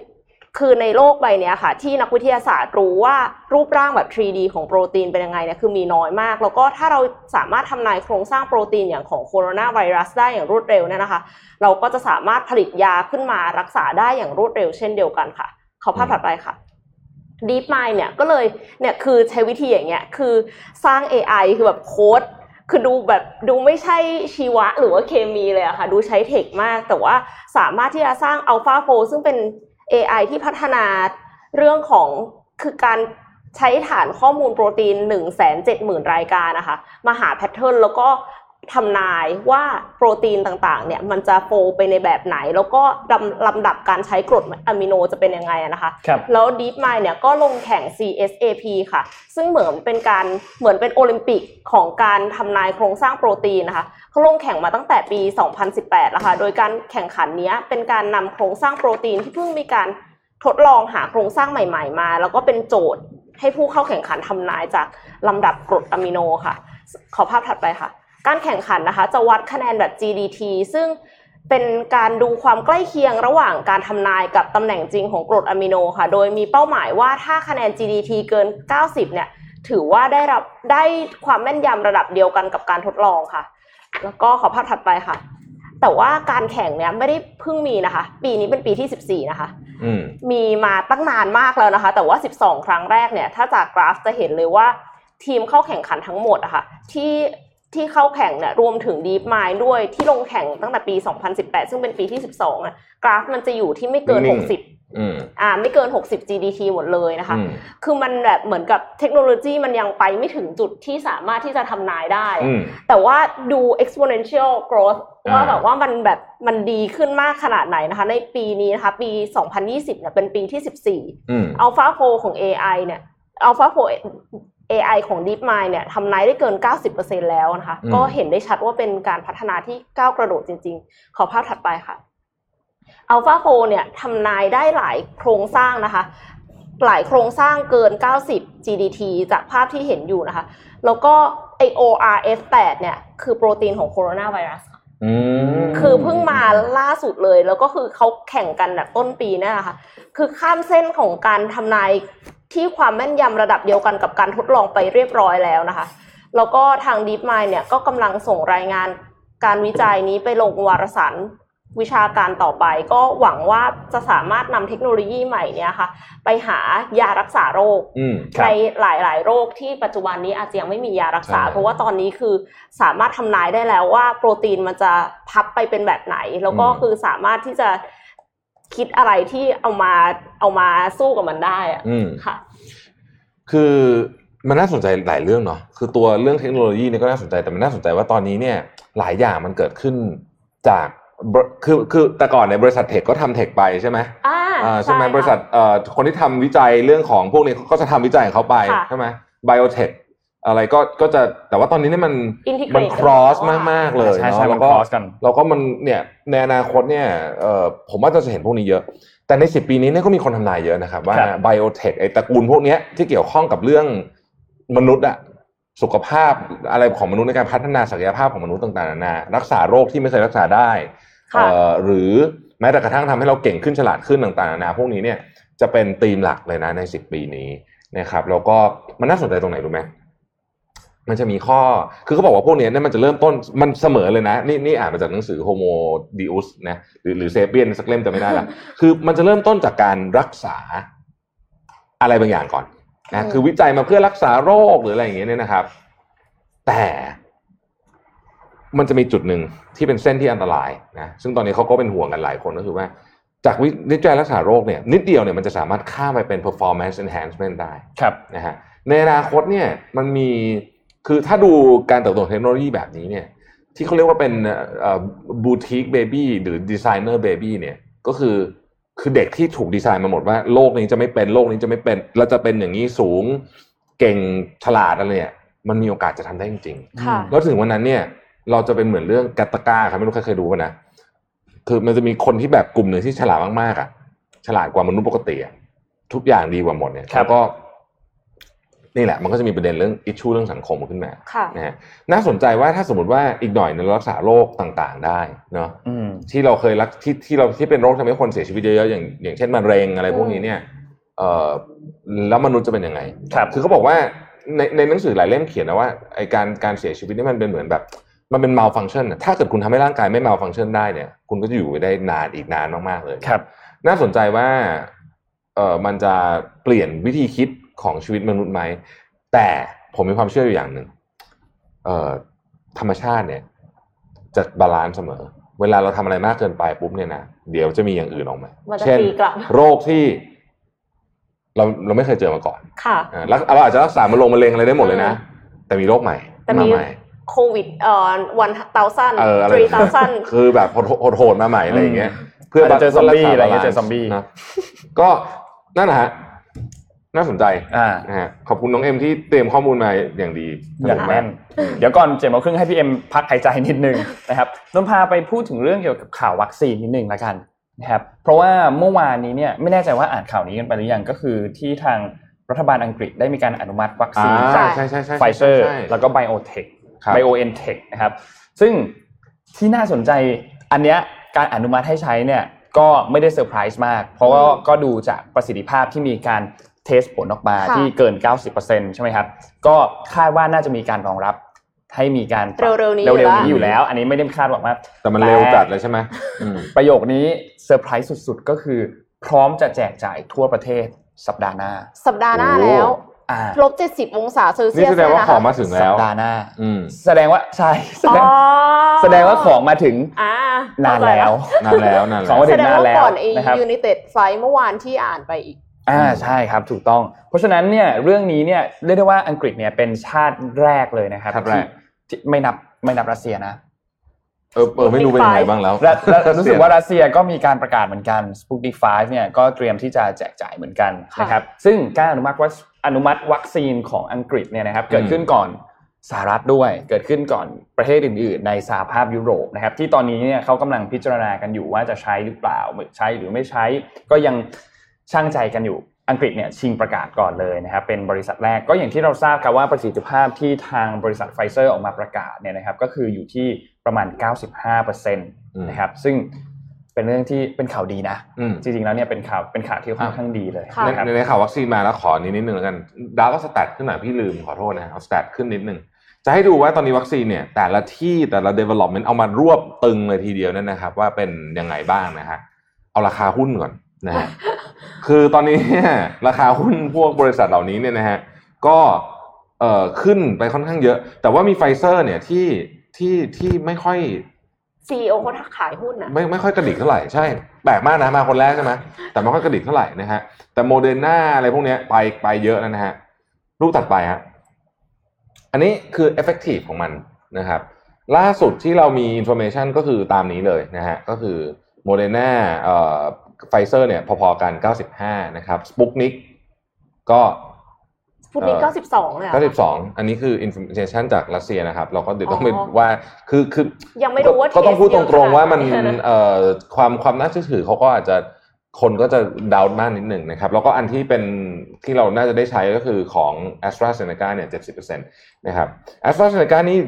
คือในโลกใบเนี้ยค่ะ ที่นักวิทยาศาสตร์รู้ว่ารูปร่างแบบ 3D ของโปรตีนเป็นยังไงเนี่ยคือมีน้อยมาก แล้วก็ถ้าเราสามารถทำนายโครงสร้างโปรตีนอย่างของโคโรนาไวรัสได้อย่างรวดเร็วเนี่ยนะคะ เราก็จะสามารถผลิตยาขึ้นมารักษาได้อย่างรวดเร็วเช่นเดียวกันค่ะ ขอภาพถัดไปค่ะ DeepMind เนี่ยก็เลยเนี่ยคือใช้วิธีอย่างเงี้ยคือสร้าง AI คือแบบโค้ด คือดูแบบดูไม่ใช่ชีวะหรือว่าเคมีเลยอะค่ะ ดูใช้เทคมาก แต่ว่าสามารถที่จะสร้างอัลฟาโฟซึ่งเป็น AI ที่พัฒนาเรื่องของคือการใช้ฐานข้อมูลโปรตีน 1 7 0 0 0 0 รายการนะคะ มาหาแพทเทิร์นแล้วก็ทำนายว่าโปรตีนต่างๆ เนี่ยมันจะโฟลไปในแบบไหน แล้วก็ลำลำดับการใช้กรดอะมิโนจะเป็นยังไงอะนะคะ
ครับ
แล้ว DeepMind เนี่ยก็ลงแข่ง CSAP ค่ะ ซึ่งเหมือนเป็นการเหมือนเป็นโอลิมปิกของการทำนายโครงสร้างโปรตีนนะคะเขาลงแข่งมาตั้งแต่ปี 2018 แล้วค่ะ โดยการแข่งขันเนี้ยเป็นการนำโครงสร้างโปรตีนที่เพิ่งมีการทดลองหาโครงสร้างใหม่ๆมา แล้วก็เป็นโจทย์ให้ผู้เข้าแข่งขันทำนายจากลำดับกรดอะมิโนค่ะ ขอภาพถัดไปค่ะ การแข่งขันนะคะจะวัดคะแนนแบบ GDT ซึ่งเป็นการดูความใกล้เคียงระหว่างการทำนายกับตำแหน่งจริงของกรดอะมิโนค่ะ โดยมีเป้าหมายว่าถ้าคะแนน GDT เกิน 90 เนี่ย ถือว่าได้รับได้ความแม่นยำระดับเดียวกันกับการทดลองค่ะ แล้วก็ขอภาพถัดไปค่ะ แต่ว่าการแข่งเนี่ยไม่ได้เพิ่งมีนะคะ ปีนี้เป็นปีที่ 14 นะคะ
อืม
มีมาตั้งนานมากแล้วนะคะ แต่ว่า 12 ครั้งแรกเนี่ย ถ้าจากกราฟจะเห็นเลยว่าทีมเข้าแข่งขันทั้งหมดอะค่ะที่ที่เข้าแข่งเนี่ยรวมถึง DeepMind ด้วยที่ลงแข่งตั้งแต่ปี 2018 ซึ่งเป็นปีที่ 12อะกราฟมันจะอยู่ที่ไม่เกิน
นิ่ง
60
อืม
อ่าไม่เกิน 60 GDT หมดเลยนะคะ
อืม
คือมันแบบเหมือนกับเทคโนโลยีมันยังไปไม่ถึงจุดที่สามารถที่จะทำนายได้อะ
อืม
แต่ว่าดู exponential growth
อ่า
ว่าแบบว่ามันแบบมันดีขึ้นมากขนาดไหนนะคะ ในปีนี้นะคะ ปี 2020เนี่ยเป็นปีที่
อืม
14 alpha f o ของ AI เนี่ย alpha f o AI ของ DeepMind เนี่ยทำนายได้เกิน 90%แล้วนะคะ
อืม
ก็เห็นได้ชัดว่าเป็นการพัฒนาที่ก้าวกระโดดจริงๆ ขอภาพถัดไปค่ะ Alpha f o เนี่ยทำนายได้หลายโครงสร้างนะคะ หลายโครงสร้างเกิน 90 GDT จากภาพที่เห็นอยู่นะคะ แล้วก็ AORF8 เนี่ยคือโปรตีนของโคโรนาไวรัส
อืม
คือเพิ่งมาล่าสุดเลย แล้วก็คือเขาแข่งกันแบบต้นปีเนี่ยนะคะคือข้ามเส้นของการทำนายที่ความแม่นยำระดับเดียวกันกับการทดลองไปเรียบร้อยแล้วนะคะ แล้วก็ทาง DeepMind เนี่ยก็กำลังส่งรายงานการวิจัยนี้ไปลงวารสารวิชาการต่อไป ก็หวังว่าจะสามารถนำเทคโนโลยีใหม่เนี่ยค่ะ ไปหายารักษาโรค
อืม
ครับ
ในหลาย ๆ โรคที่ปัจจุบันนี้อาจจะยังไม่มียารักษา
ใช่
เพราะว่าตอนนี้คือสามารถทำนายได้แล้วว่าโปรตีนมันจะพับไปเป็นแบบไหน แล้วก็คือสามารถที่จะคิดอะไรที่เอามาเอามาสู้กับมันได้อะ
อืม
ค่ะ
คือมันน่าสนใจหลายเรื่องเนาะ คือตัวเรื่องเทคโนโลยีเนี่ยก็น่าสนใจ แต่มันน่าสนใจว่าตอนนี้เนี่ยหลายอย่างมันเกิดขึ้นจากบริคือคือแต่ก่อนในยบริษัทเทคก็ทำเทคไปใช่ไหม
อ่า
อ่าใช่ไหม
ค่ะ
บริษัทเอ่อคนที่ทำวิจัยเรื่องของพวกนี้เขาก็จะทำวิจัยของเขาไป
ค่ะ
ใช่ไหมไบโอเทคอะไรก็ก็จะแต่ว่าตอนนี้เนี่ยมัน
Integrate
มัน cross มาก ๆ เลย
ใช่
เนาะ
ใช่
แล้
มั
ว
นค
ก็
อสกัน
เราก็มันเนี่ยในอนาคตเนี่ยเอ่อผมว่าเราจะเห็นพวกนี้เยอะ แต่ใน 10 ปีนี้เนี่ยก็มีคนทำนายเยอะนะครับว่า
ครับ
ไบโอเทคไอ้ตระกูลพวกเนี้ยที่เกี่ยวข้องกับเรื่องมนุษย์อะสุขภาพอะไรของมนุษย์ในการพัฒนาศักยภาพของมนุษย์ต่างๆนานารักษาโรคที่ไม่เคยรักษาได้
ค่ะ
เอ่อหรือแม้แต่กระทั่งทำให้เราเก่งขึ้นฉลาดขึ้นต่างๆนานาพวกนี้เนี่ยจะเป็นธีมหลักเลยนะใน 10 ปีนี้นะครับแล้วก็มันน่าสนใจตรงไหนรู้ไหม มันจะมีข้อ คือเขาบอกว่าพวกเนี้ยเนี่ยมันจะเริ่มต้น มันเสมอเลยนะ นี่นี่อ่านมาจากหนังสือโฮโมดิอุสนะ หรือหรือเซเปียนสักเล่มจะไม่ ได้ละ คือมันจะเริ่มต้นจากการรักษาอะไรบางอย่างก่อนนะ
อืม
คือวิจัยมาเพื่อรักษาโรคหรืออะไรอย่างเงี้ยเนี่ยนะครับ แต่มันจะมีจุดหนึ่งที่เป็นเส้นที่อันตรายนะ ซึ่งตอนนี้เขาก็เป็นห่วงกันหลายคนก็คือว่า จากวิวิจัยรักษาโรคเนี่ยนิดเดียวเนี่ยมันจะสามารถข้ามไปเป็น performance enhancement ได้
ครับ
นะฮะในอนาคตเนี่ยมันมีคือถ้าดูการเติบโตของเทคโนโลยีแบบนี้เนี่ยที่เขาเรียกว่าเป็นบูติกเบบี้หรือดีไซเนอร์เบบี้เนี่ยก็คือคือเด็กที่ถูกดีไซน์มาหมดว่าโลกนี้จะไม่เป็นโลกนี้จะไม่เป็นเราจะเป็นอย่างนี้สูงเก่งฉลาดอะไรเนี่ยมันมีโอกาสจะทำได้จริงๆ
ค่ะ
แล้วถึงวันนั้นเนี่ยเราจะเป็นเหมือนเรื่องกาตาก้าครับไม่รู้ใครเคยดูป่ะนะคือมันจะมีคนที่แบบกลุ่มหนึ่งที่ฉลาดมากๆอ่ะ ฉลาดกว่ามนุษย์ปกติอ่ะทุกอย่างดีกว่าหมดเนี่ย
ครับ
แล้วก็ นี่แหละมันก็จะมีประเด็นเรื่องอิชชูเรื่องสังคมขึ้นมา
ค่ะ
นะฮะน่าสนใจว่าถ้าสมมติว่าอีกหน่อยเนี่ยเรารักษาโรคต่างๆ ได้เนาะ
อืม
ที่เราเคยรักที่ที่เราที่เป็นโรคทำให้คนเสียชีวิตเยอะๆอย่างอย่างเช่นมะเร็งอะไรพวกนี้เนี่ยเอ่อแล้วมนุษย์จะเป็นยังไง
ครับ
คือเขาบอกว่าในในหนังสือหลายเล่มเขียนนะว่าไอการการเสียชีวิตนี่มันเป็นเหมือนแบบ มันเป็น malfunction อะถ้าเกิดคุณทำให้ร่างกายไม่ malfunction ได้เนี่ย คุณก็จะอยู่ไปได้นานอีกนานมากๆเลย
ครับ
น่าสนใจว่าเออมันจะเปลี่ยนวิธีคิดของชีวิตมนุษย์ไหม แต่ผมมีความเชื่ออยู่อย่างหนึ่งเอ่อธรรมชาติเนี่ย จะบาลานซ์เสมอ เวลาเราทำอะไรมากเกินไปปุ๊บเนี่ยนะเดี๋ยวจะมีอย่างอื่นออกมา
มันจะ
เช่น
ตีกลับ
โรคที่เราเราไม่เคยเจอมาก่อน
ค่ะ
อ่ารักเราอาจจะรักษามะเร็งมะเร็งอะไรได้หมดเลยนะ แต่มีโรคใหม่
แต่มี
าใหม่
โควิดเอ่อวันเตาสั้น
เอออะไร
ตรีเตาสั้น
คือแบบโหดๆมาใหม่อะไรอย่างเงี้ย เพื่อ
อาจจะเจอซอมบี้อะไรเงี้ยเจอซอมบี้
นะก็นั่นนะฮะน่าสนใจ
อ่า
นะฮะขอบคุณน้องเอ็มที่เตรียมข้อมูลมาอย่างดี
อย่างแน่น เดี๋ยวก่อนเจ็ดโมงครึ่งให้พี่เอ็มพักหายใจนิดนึง นะครับนนท์พาไปพูดถึงเรื่องเกี่ยวกับข่าววัคซีนนิดนึงละกันนะครับเพราะว่าเมื่อวานนี้เนี่ยไม่แน่ใจว่าอ่านข่าวนี้กันไปหรือยังก็คือที่ทางรัฐบาลอังกฤษได้มีการอนุมัติวัค
อ่า
ซีน
ใช่
ใช่ใช่ใช่
ไฟเซอร์
ใช่
แล้วก็ไบโอเทค
ครับ
ไบโอเอ็นเทคนะครับซึ่งที่น่าสนใจอันเนี้ยการอนุมัติให้ใช้เนี่ยก็ไม่ได้เซอร์ไพรส์มาก เพราะว่าก็ดูจากประสิทธิภาพที่มีการเทสผลออกมา
ค่ะ
ที่เกิน 90%ใช่ไหมครับ ก็คาดว่าน่าจะมีการรองรับให้มีการปบ
เร็วๆนี้อยู่
เร็วๆ
แล้ว
นี้อยู่แล้ว อันนี้ไม่ได้คาดหวังมาก
แต่มันเร็วจัดเลยใช่ไหมอืม
ประโยคนี้เซอร์ไพรส์สุดๆ ก็คือ พร้อมจะแจกจ่ายทั่วประเทศสัปดาห์หน้า
สัปดาห์หน้าแล้ว
อ่า
ลบเจ็ดสิบองศาเซลเซี
นี่
ยส
แสดงว่า
เลยนะ
ของ
คะ
มาถึงแล้
สั
ว
ปดาห์หน้า
อืม
แสดงว่าใช่แส
อ๋อ
ดงแสดงว่าของมาถึง
อ่าน
านแล้ว
นานแล้วนาน
ส
แล้
อง
ว
วัน
แสดงว่าก่อนไอ
นะครับ
ยูนิเต็ดไฟเมื่อวานที่อ่านไปอีก
อ่าใช่ครับถูกต้อง เพราะฉะนั้นเนี่ยเรื่องนี้เนี่ยเรียกได้ว่าอังกฤษเนี่ยเป็นชาติแรกเลยนะครับ
ครั้งแรก
ที่ที่ไม่นับไม่นับรัสเซียนะ
เออเออไม่รู้เป็นยังไงบ้างแล้ว
และและรู้สึกว่ารัสเซียก็มีการประกาศเหมือนกัน Sputnik 5เนี่ยก็เตรียมที่จะแจกจ่ายเหมือนกัน
ค่ะ
นะครับซึ่งการอนุมัติวัคอนุมัติวัคซีนของอังกฤษเนี่ยนะครับเกิดขึ้นก่อนสหรัฐด้วย เกิดขึ้นก่อนประเทศอื่น ๆ ในสหภาพยุโรปนะครับที่ตอนนี้เนี่ยเขากำลังพิจารณากันอยู่ว่าจะใช้หรือเปล่าใช้หรือไม่ใช้ก็ยัง ช่างใจกันอยู่ อังกฤษเนี่ยชิงประกาศก่อนเลยนะครับ เป็นบริษัทแรก ก็อย่างที่เราทราบครับว่าประสิทธิภาพที่ทางบริษัทไฟเซอร์ออกมาประกาศเนี่ยนะครับ ก็คืออยู่ที่ประมาณ 95%
อืม
นะครับ ซึ่งเป็นเรื่องที่เป็นข่าวดีนะ
อืม
จริงๆแล้วเนี่ยเป็นข่าวเป็นข่าวที่ค่อนข้างดีเลย
ค่ะ
ใน
นะครับ
ในข่าววัคซีนมาแล้วขอนี้นิดนึงแล้วกันดาวก็สแตทขึ้นหน่อยพี่ลืมขอโทษนะเอาสแตทขึ้นนิดนึงจะให้ดูว่าตอนนี้วัคซีนเนี่ย แต่ละที่แต่ละ development เอามารวบตึงเลยทีเดียวเนี่ยนะครับ ว่าเป็นยังไงบ้างนะฮะเอาราคาหุ้นก่อนนะ ฮะ คือตอนนี้เนี่ยราคาหุ้นพวกบริษัทเหล่านี้เนี่ยนะฮะก็เอ่อขึ้นไปค่อนข้างเยอะ แต่ว่ามีไฟเซอร์เนี่ยที่ที่ที่ไม่ค่อย
ซีโอเขาทักขายหุ้นนะ
ไม่ไม่ค่อยกระดิกเท่าไหร่ใช่แปลกมากนะมาคนแรกใช่ไหมแต่ไม่ค่อยกระดิกเท่าไหร่นะฮะแต่โมเดอร์นาอะไรพวกเนี้ยไปไปเยอะแล้วนะฮะรูปถัดไปฮะอันนี้คือ effective ของมันนะครับ ล่าสุดที่เรามี information ก็คือตามนี้เลยนะฮะก็คือโมเดอร์นาเอ่อไฟเซอร์เนี่ยพอๆกัน 95 นะครับสปุกนิกก็
พุธนี้
เอ่อ
เก้าสิบสองเลยเหรอคะ
92 อันนี้คือ information จากรัสเซียนะครับ เราก็เดี๋ยวต้องไป
อ๋อ
ว่าคือคือ
ยังไม่รู้ว่า
ก็ต้องพูดตรงๆว่ามัน
เทสเยอะขนาดไห
เอ่อความความน่าเชื่อถือเขาก็อาจจะคนก็จะดาวน์มากนิดหนึ่งนะครับ แล้วก็อันที่เป็นที่เราน่าจะได้ใช้ก็คือของ a s t r a z e ซ e c a เนี่ย 70%นะครับ a s t r a z e ซ e c a นี่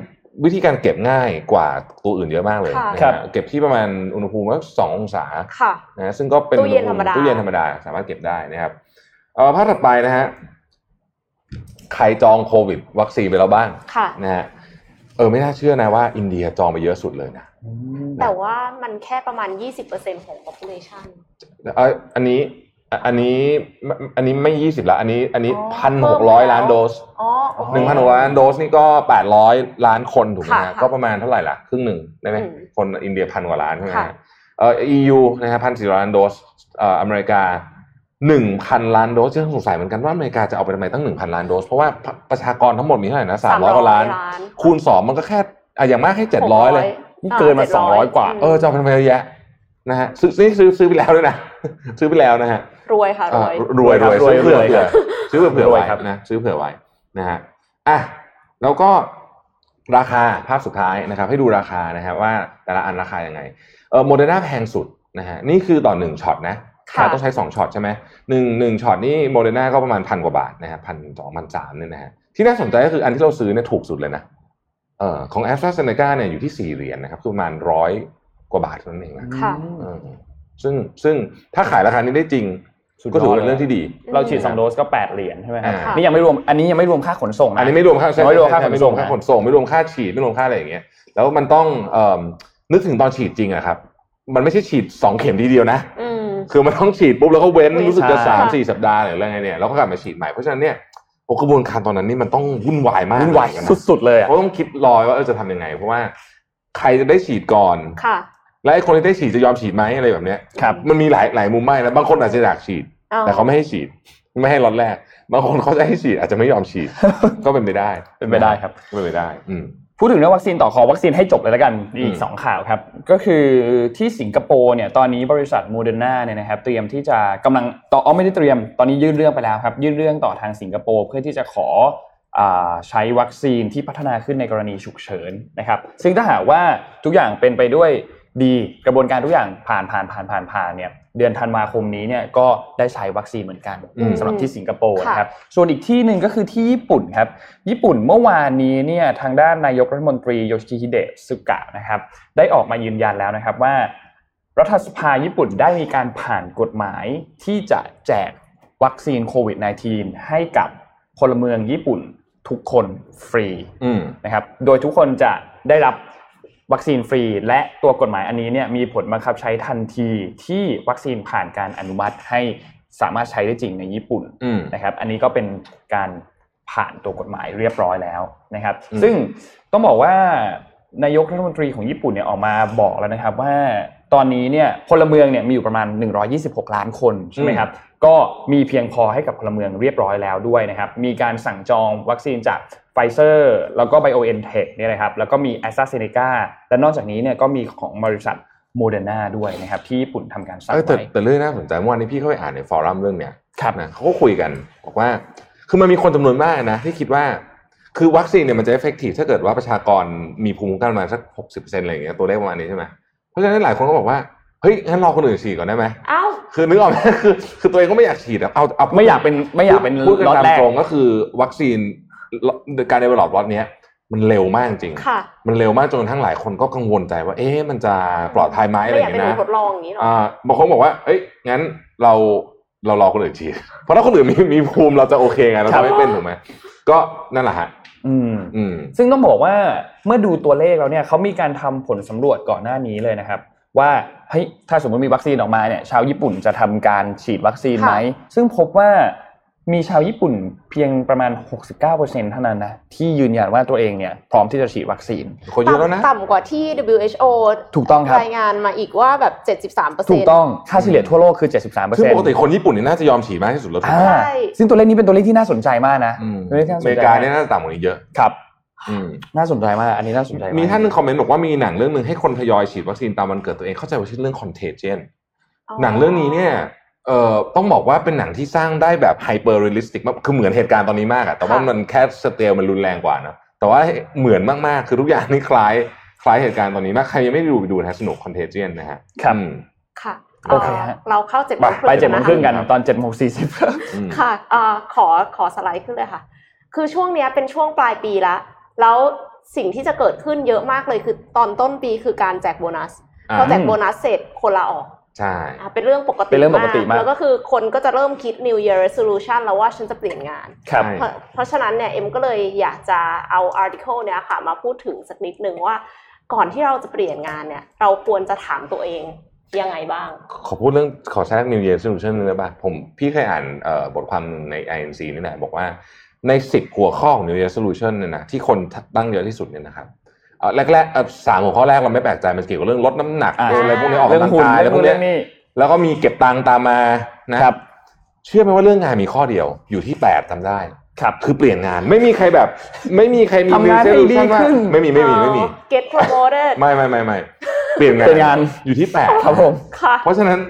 วิธีการเก็บง่ายกว่าตัวอื่นเยอะมากเลย
ค่ะ
นะ
ครั
ฮะ
บ
เก็บที่ประมาณอุณหภูมิว่าสององศา
ค่ะ
นะซึ่งก็เป็น
ตู้เย็นธรรมดา
ตู้เย็นธรรมดาสามารถเก็บได้นะครับเอ่อภาพถัดไปนะฮะใครจองโควิด วัคซีนไปแล้วบ้าง
ค่ะ
นะฮะเออไม่น่าเชื่อนะว่าอินเดียจองไปเยอะสุดเลยนะ
อืม
แต่ว่ามันแค่ประมาณ 20%ของ population
เอ่ออันนี้อ่ะอันนี้ไม่อันนี้ไม่ยี่สิบละอันนี้อันนี้
อ๋อ
พันหก
เพิ่
ร้อย
มแล้ว
ล้านโดส
อ๋อโอเค
หนึ่งพันหกร้อยล้านโดสนี่ก็แปดร้อยล้านคนถูกไหม
ค่ะ
ฮะ
ค่ะ
ก็ประมาณเท่าไหร่ล่ะ ครึ่งหนึ่งได้ไหม
อืม
คนอินเดียพันกว่าล้านใช่ไหม
ค่ะ
ฮะเอ่อ EU นะฮะพันสี่ร้อยล้านโดสเอ่ออเมริกาหนึ่งพันล้านโดสที่งสงสัยเหมือนกันว่าอเมริกาจะเอาไปทำไมตั้งหนึ่งพันล้านโดส เพราะว่าประประชากรทั้งหมดมีเท่าไหร่นะสามร้อยกว่าล้าน คูณสองมันก็แค่อ่ะอย่างมากให้เจ็ดร้อยเลย
นี่เกินมา
700
200กว่า
เออจะเอาไปทำไมเยอะแยะนะฮะซื้อนี่ซื้อซื้อไปแล้วด้วยนะ ซื้อไปแล้วนะฮะ
รวยค่ะร
อ่ะ
วย
รวยรวย
รวย
ซื้อเผื่อ
รวย
เผื่อ
ครับ
ซื้อเผื่อเผื่อ
รวย
ไว้
ครับ
นะซื้อเผื่อไว้นะฮะอ่ะแล้วก็ราคาภาพสุดท้ายนะครับ ให้ดูราคานะฮะว่าแต่ละอันราคายังไงเออโมเดอร์นาแพงสุดนะฮะนี่คือต่อหนึ่งช็อตนะ
ค่ะ
ต้องใช้สองช็อตใช่ไหมหนึ่งหนึ่งช็อตนี่โมเดอร์นาก็ประมาณพันกว่าบาทนะฮะพันสองพันสามเนี่ยนะฮะที่น่าสนใจก็คืออันที่เราซื้อเนี่ยถูกสุดเลยนะเอ่อของแอสตราเซเนกาเนี่ยอยู่ที่สี่เหรียญนะครับคือประมาณร้อยกว่าบาทเท่านั้นเองนะ
ค่ะ
เออซึ่งซึ่งถ้าขายราคานี้ได้จริง
สุดย
ก็ถือ
อ
ว่า
ด
เป็นเรื่องที่ดี
เราฉีดสองโดสก็แปดเหรียญใช่ไหมครับ
อ่า
นี่ยังไม่รวมอันนี้ยังไม่รวมค่าขนส่งนะ
อันนี้ไม่รวมค่า
ไม่รวมค่าขนส่ง
ไม่รวมค่าขนส่งไม่รวมค่าฉีดไม่รวมค่าอะไรอย่างเงี้ยแล้วมันต้องเอิ่มนึกถึงตอนฉีดจริงอะครับ มันไม่ใช่ฉีดสองเข็มทีเดียวนะ
อืม
คือมันต้องฉีดปุ๊บแล้วก็เว้น
เว้น
รู้สึกจะ
ใช่
สามสี่สัปดาห์หรืออะไรไงเนี่ยแล้วก็กลับมาฉีดใหม่เพราะฉะนั้นเนี่ยโอ้กระบวนการตอนนั้นนี่มันต้องวุ่นวายมาก
วุ่นวาย
เหมือกัะ
สุดๆเลยอะ
เพราะต้องคิดรอยว่าเออจะทำยังไง เพราะว่าใครจะได้ฉีดก่อน
ค่ะ
และไอ้คนที่ได้ฉีดจะยอมฉีดไหมอะไรแบบเนี้ย
ครับ
มันมีหลายหลายมุมมากนะบางคนอาจจะอยากฉีด
อ
แต่เขาไม่ให้ฉีดไม่ให้ล็อตแรกบางคนเขาจะให้ฉีดอาจจะไม่ยอมฉีด ก็เป็นไปได้
เป็นไปได้ครับ
เป็นไปได้ อืม
พูดถึงเรื่องวัคซีนต่อขอวัคซีนให้จบเลยแล้วกันมีอี
อื
ก
ม
สองข่าวครับ ก็คือที่สิงคโปร์เนี่ยตอนนี้บริษัทโมเดอร์นาเนี่ยนะครับเตรียมที่จะกำลังต่ออ๋อไม่ได้เตรียม ตอนนี้ยื่นเรื่องไปแล้วครับ ยื่นเรื่องต่อทางสิงคโปร์เพื่อที่จะขออาใช้วัคซีนที่พัฒนาขึ้นในกรณีฉุกเฉินนะครับ ซึ่งถ้าหากว่าทุกอย่างเป็นไปด้วยดีกระบวนการทุกอย่างผ่านผ่านผ่านผ่านผ่านเนี่ยเดือนธันวาคมนี้เนี่ยก็ได้ใช้วัคซีนเหมือนกัน
อืม
สำหรับที่สิงคโปร์นะครับ ส่วนอีกที่หนึ่งก็คือที่ญี่ปุ่นครับ ญี่ปุ่นเมื่อวานนี้เนี่ยทางด้านนายกรัฐมนตรีโยชิฮิเดะสุกะนะครับ ได้ออกมายืนยันแล้วนะครับว่า รัฐสภาญี่ปุ่นได้มีการผ่านกฎหมายที่จะแจกวัคซีนโควิด -19 ให้กับพลเมืองญี่ปุ่นทุกคนฟรี
อืม
นะครับโดยทุกคนจะได้รับวัคซีนฟรี และตัวกฎหมายอันนี้เนี่ยมีผลบังคับใช้ทันทีที่วัคซีนผ่านการอนุมัติให้สามารถใช้ได้จริงในญี่ปุ่น
อืม
นะครับอันนี้ก็เป็นการผ่านตัวกฎหมายเรียบร้อยแล้วนะครับ
อืม
ซึ่งต้องบอกว่านายกรัฐมนตรีของญี่ปุ่นเนี่ยออกมาบอกแล้วนะครับว่าตอนนี้เนี่ยพลเมืองเนี่ยมีอยู่ประมาณ 126 ล้านคนใช่ไหมครับ ก็มีเพียงพอให้กับพลเมืองเรียบร้อยแล้วด้วยนะครับ มีการสั่งจองวัคซีนจากไฟเซอร์แล้วก็ BioNTech เนี่ยนะครับ แล้วก็มี a s t r a z เซ e c a และนอกจากนี้เนี่ยก็มีของบริษัทโมเดอร์นาด้วยนะครับ ที่ญี่ปุ่นทำการสั่ง
เออแต่
ไว้
แต่เรื่องน่าสนใจเมื่อวานนี้พี่เข้าไปอ่านในฟอรัมเรื่องเนี้ย
ครับ
นะเขาก็คุยกันบอกว่า คือมันมีคนจำนวนมากนะ ที่คิดว่าคือวัคซีนเนี่ยมันจะเอฟเฟกตีฟถ้าเกิดว่าประชากรมีภูมิคุ้มกันประมาณสักหกสิบเปอร์เซ็นต์อะไรอย่างเงี้ยตัวเลขประมาณนี้ใช่ไหมเพราะฉะนั้นหลายคนก็บอกว่าเฮ้ยงั้นรอคนอื่นฉีดก่อนได้ไหม
เอ้า
คือนึกออกไหม คือคือตัวเองก็ไม่อยากฉีดอะเอาเอา
ไม่อยากเป็นไม่อยากเป็น
พูดกัน
ล็อต
ตาม
แรก
ตรงก็คือวัคซีนการ develop ล็อตเนี้ยมันเร็วมากจริง
ค่ะ
มันเร็วมากจนกระทั่งหลายคนก็กังวลใจว่า เอ๊ะมันจะปลอดภัยไหมอะไร
ไม่
อ
อ
ย่าก ง
ยาเป็น
เงี้ย
หนู
นะ
ทดลองอย่างนี้หรอ
อ่าบางคนบอกว่า เอ้ยงั้นเราเรารอคนอื่นฉีด เพราะถ้าคนอื่นมีมีภูมิเราจะโอเคไงเรา
ครั
จะ
บ
ไม่เป็นถูกไหมก็นั่นแหละฮะ
อืม
อืม
ซึ่งต้องบอกว่าเมื่อดูตัวเลขแล้วเนี่ยเขามีการทำผลสำรวจก่อนหน้านี้เลยนะครับ ว่าเฮ้ยถ้าสมมติมีวัคซีนออกมาเนี่ยชาวญี่ปุ่นจะทำการฉีดวัคซีนไหม ซึ่งพบว่ามีชาวญี่ปุ่นเพียงประมาณ 69%เท่านั้นนะที่ยืนยันว่าตัวเองเนี่ยพร้อมที่จะฉีดวัคซีน
คนเยอะแล้วนะ
ต่ำต่ำกว่าที่ WHO
ถูกต้องครับ
รายงานมาอีกว่าแบบ 73เปอร์เซ็
ถู
น
ก
ต์
ต้องค่าเฉลี่ยทั่วโลกคือ 73%
ซึ่งปกติคนญี่ปุ่นนี่น่าจะยอมฉีดมากที่สุดแล้วถูก
อ่า
ไหม
ใช่
ซึ่งตัวเลขนี้เป็นตัวเลขที่น่าสนใจมากนะ
อืม
ตัวเลขที่น่าส
อน เมริ
ใจ
กาเนี่ยน่าจะต่ำกว่านี้เยอะ
ครับ
อืม
น่าสนใจมาก อันนี้น่าสนใจก
มีท่านหนึงคอมเมนต์บอกว่ามีหนังเรื่องหนึ่งให้คนทยอยฉีดวัคซีนตามวันเกิดตัวเองเข้าใจว่าชื่อเรื่อง contagion หนังเรื่องนี้เนี่ยเอ่อต้องบอกว่าเป็นหนังที่สร้างได้แบบไฮเปอร์เรียลลิสติกมากคือเหมือนเหตุการณ์ตอนนี้มากอะแต่ว่ามันแค่สเกลมันรุนแรงกว่านะแต่ว่าเหมือนมากๆ คือทุกอย่างนี่คล้ายคล้ายเหตุการณ์ตอนนี้มากใครยังไม่ได้ดูไปดูนะฮะสนุก contagion นะฮะ
ครับ
อืม
ค่ะ
โอเคฮะ
เราเข้าเจ็ดโมงครึ่ง
ไปเจ็ดโมงครึ่ง
นะคะ
กันตอนเจ็ดโมงสี่สิบ
อืม
ค่ะเอ่อขอ ขอสไลด์ขึ้นเลยค่ะ คือช่วงเนี้ยเป็นช่วงปลายปีละแล้วสิ่งที่จะเกิดขึ้นเยอะมากเลยคือตอนต้นปีคือการแจกโบนัส
อ่า
พอแจกโบนัสเสร็จคนลาออก
ใช่
อ่ะเป็นเรื่องปกติ
เป็นเรื่องปกติมาก
แล้วก็คือคนก็จะเริ่มคิด New Year Resolution แล้วว่าฉันจะเปลี่ยนงาน
ครับ
ใช่
เพราะเพราะฉะนั้นเนี่ยเอ็มก็เลยอยากจะเอา article เนี้ยค่ะมาพูดถึงสักนิดนึงว่า ก่อนที่เราจะเปลี่ยนงานเนี่ยเราควรจะถามตัวเองยังไงบ้าง
ขอพูดเรื่องขอแทรก New Year Resolution นึงได้ป่ะผมพี่เคยอ่านเอ่อบทความหนึ่งใน INC นี่แหละบอกว่าใน 10 หัวข้อของ New Year Resolution เนี่ยนะที่คนตั้งเยอะที่สุดเนี่ยนะครับเอ่อแรกๆเอ่อสามหัวข้อแรกเราไม่แปลกใจมันเกี่ยวกับเรื่องลดน้ำหนัก
อ่า
อะไรพวกนี้ออก
เรื่อง
กำลัง
หุ่น
กายอะไร
เรื่อง
พวก
เรื่
เนี้
อย งนี้
แล้วก็มีเก็บตังค์ตามมานะครับ เชื่อไหมว่าเรื่องงานมีข้อเดียวอยู่ที่ 8จำได้
ครับ
คือเปลี่ยนงานไม่มีใคร แบบ ไม่มีใครมี
ทำงาน
New Year
ให้ดี
Resolution ว่า
ขึ้น
ไม่มีไม่มีไม่มี
get promoted
ไม่ไม่ไม่ไม่เปลี่ยนงาน
เปลี่ยนงาน
อยู่ที่แปด
ครับผม
ค่ะ
เพราะฉะนั้น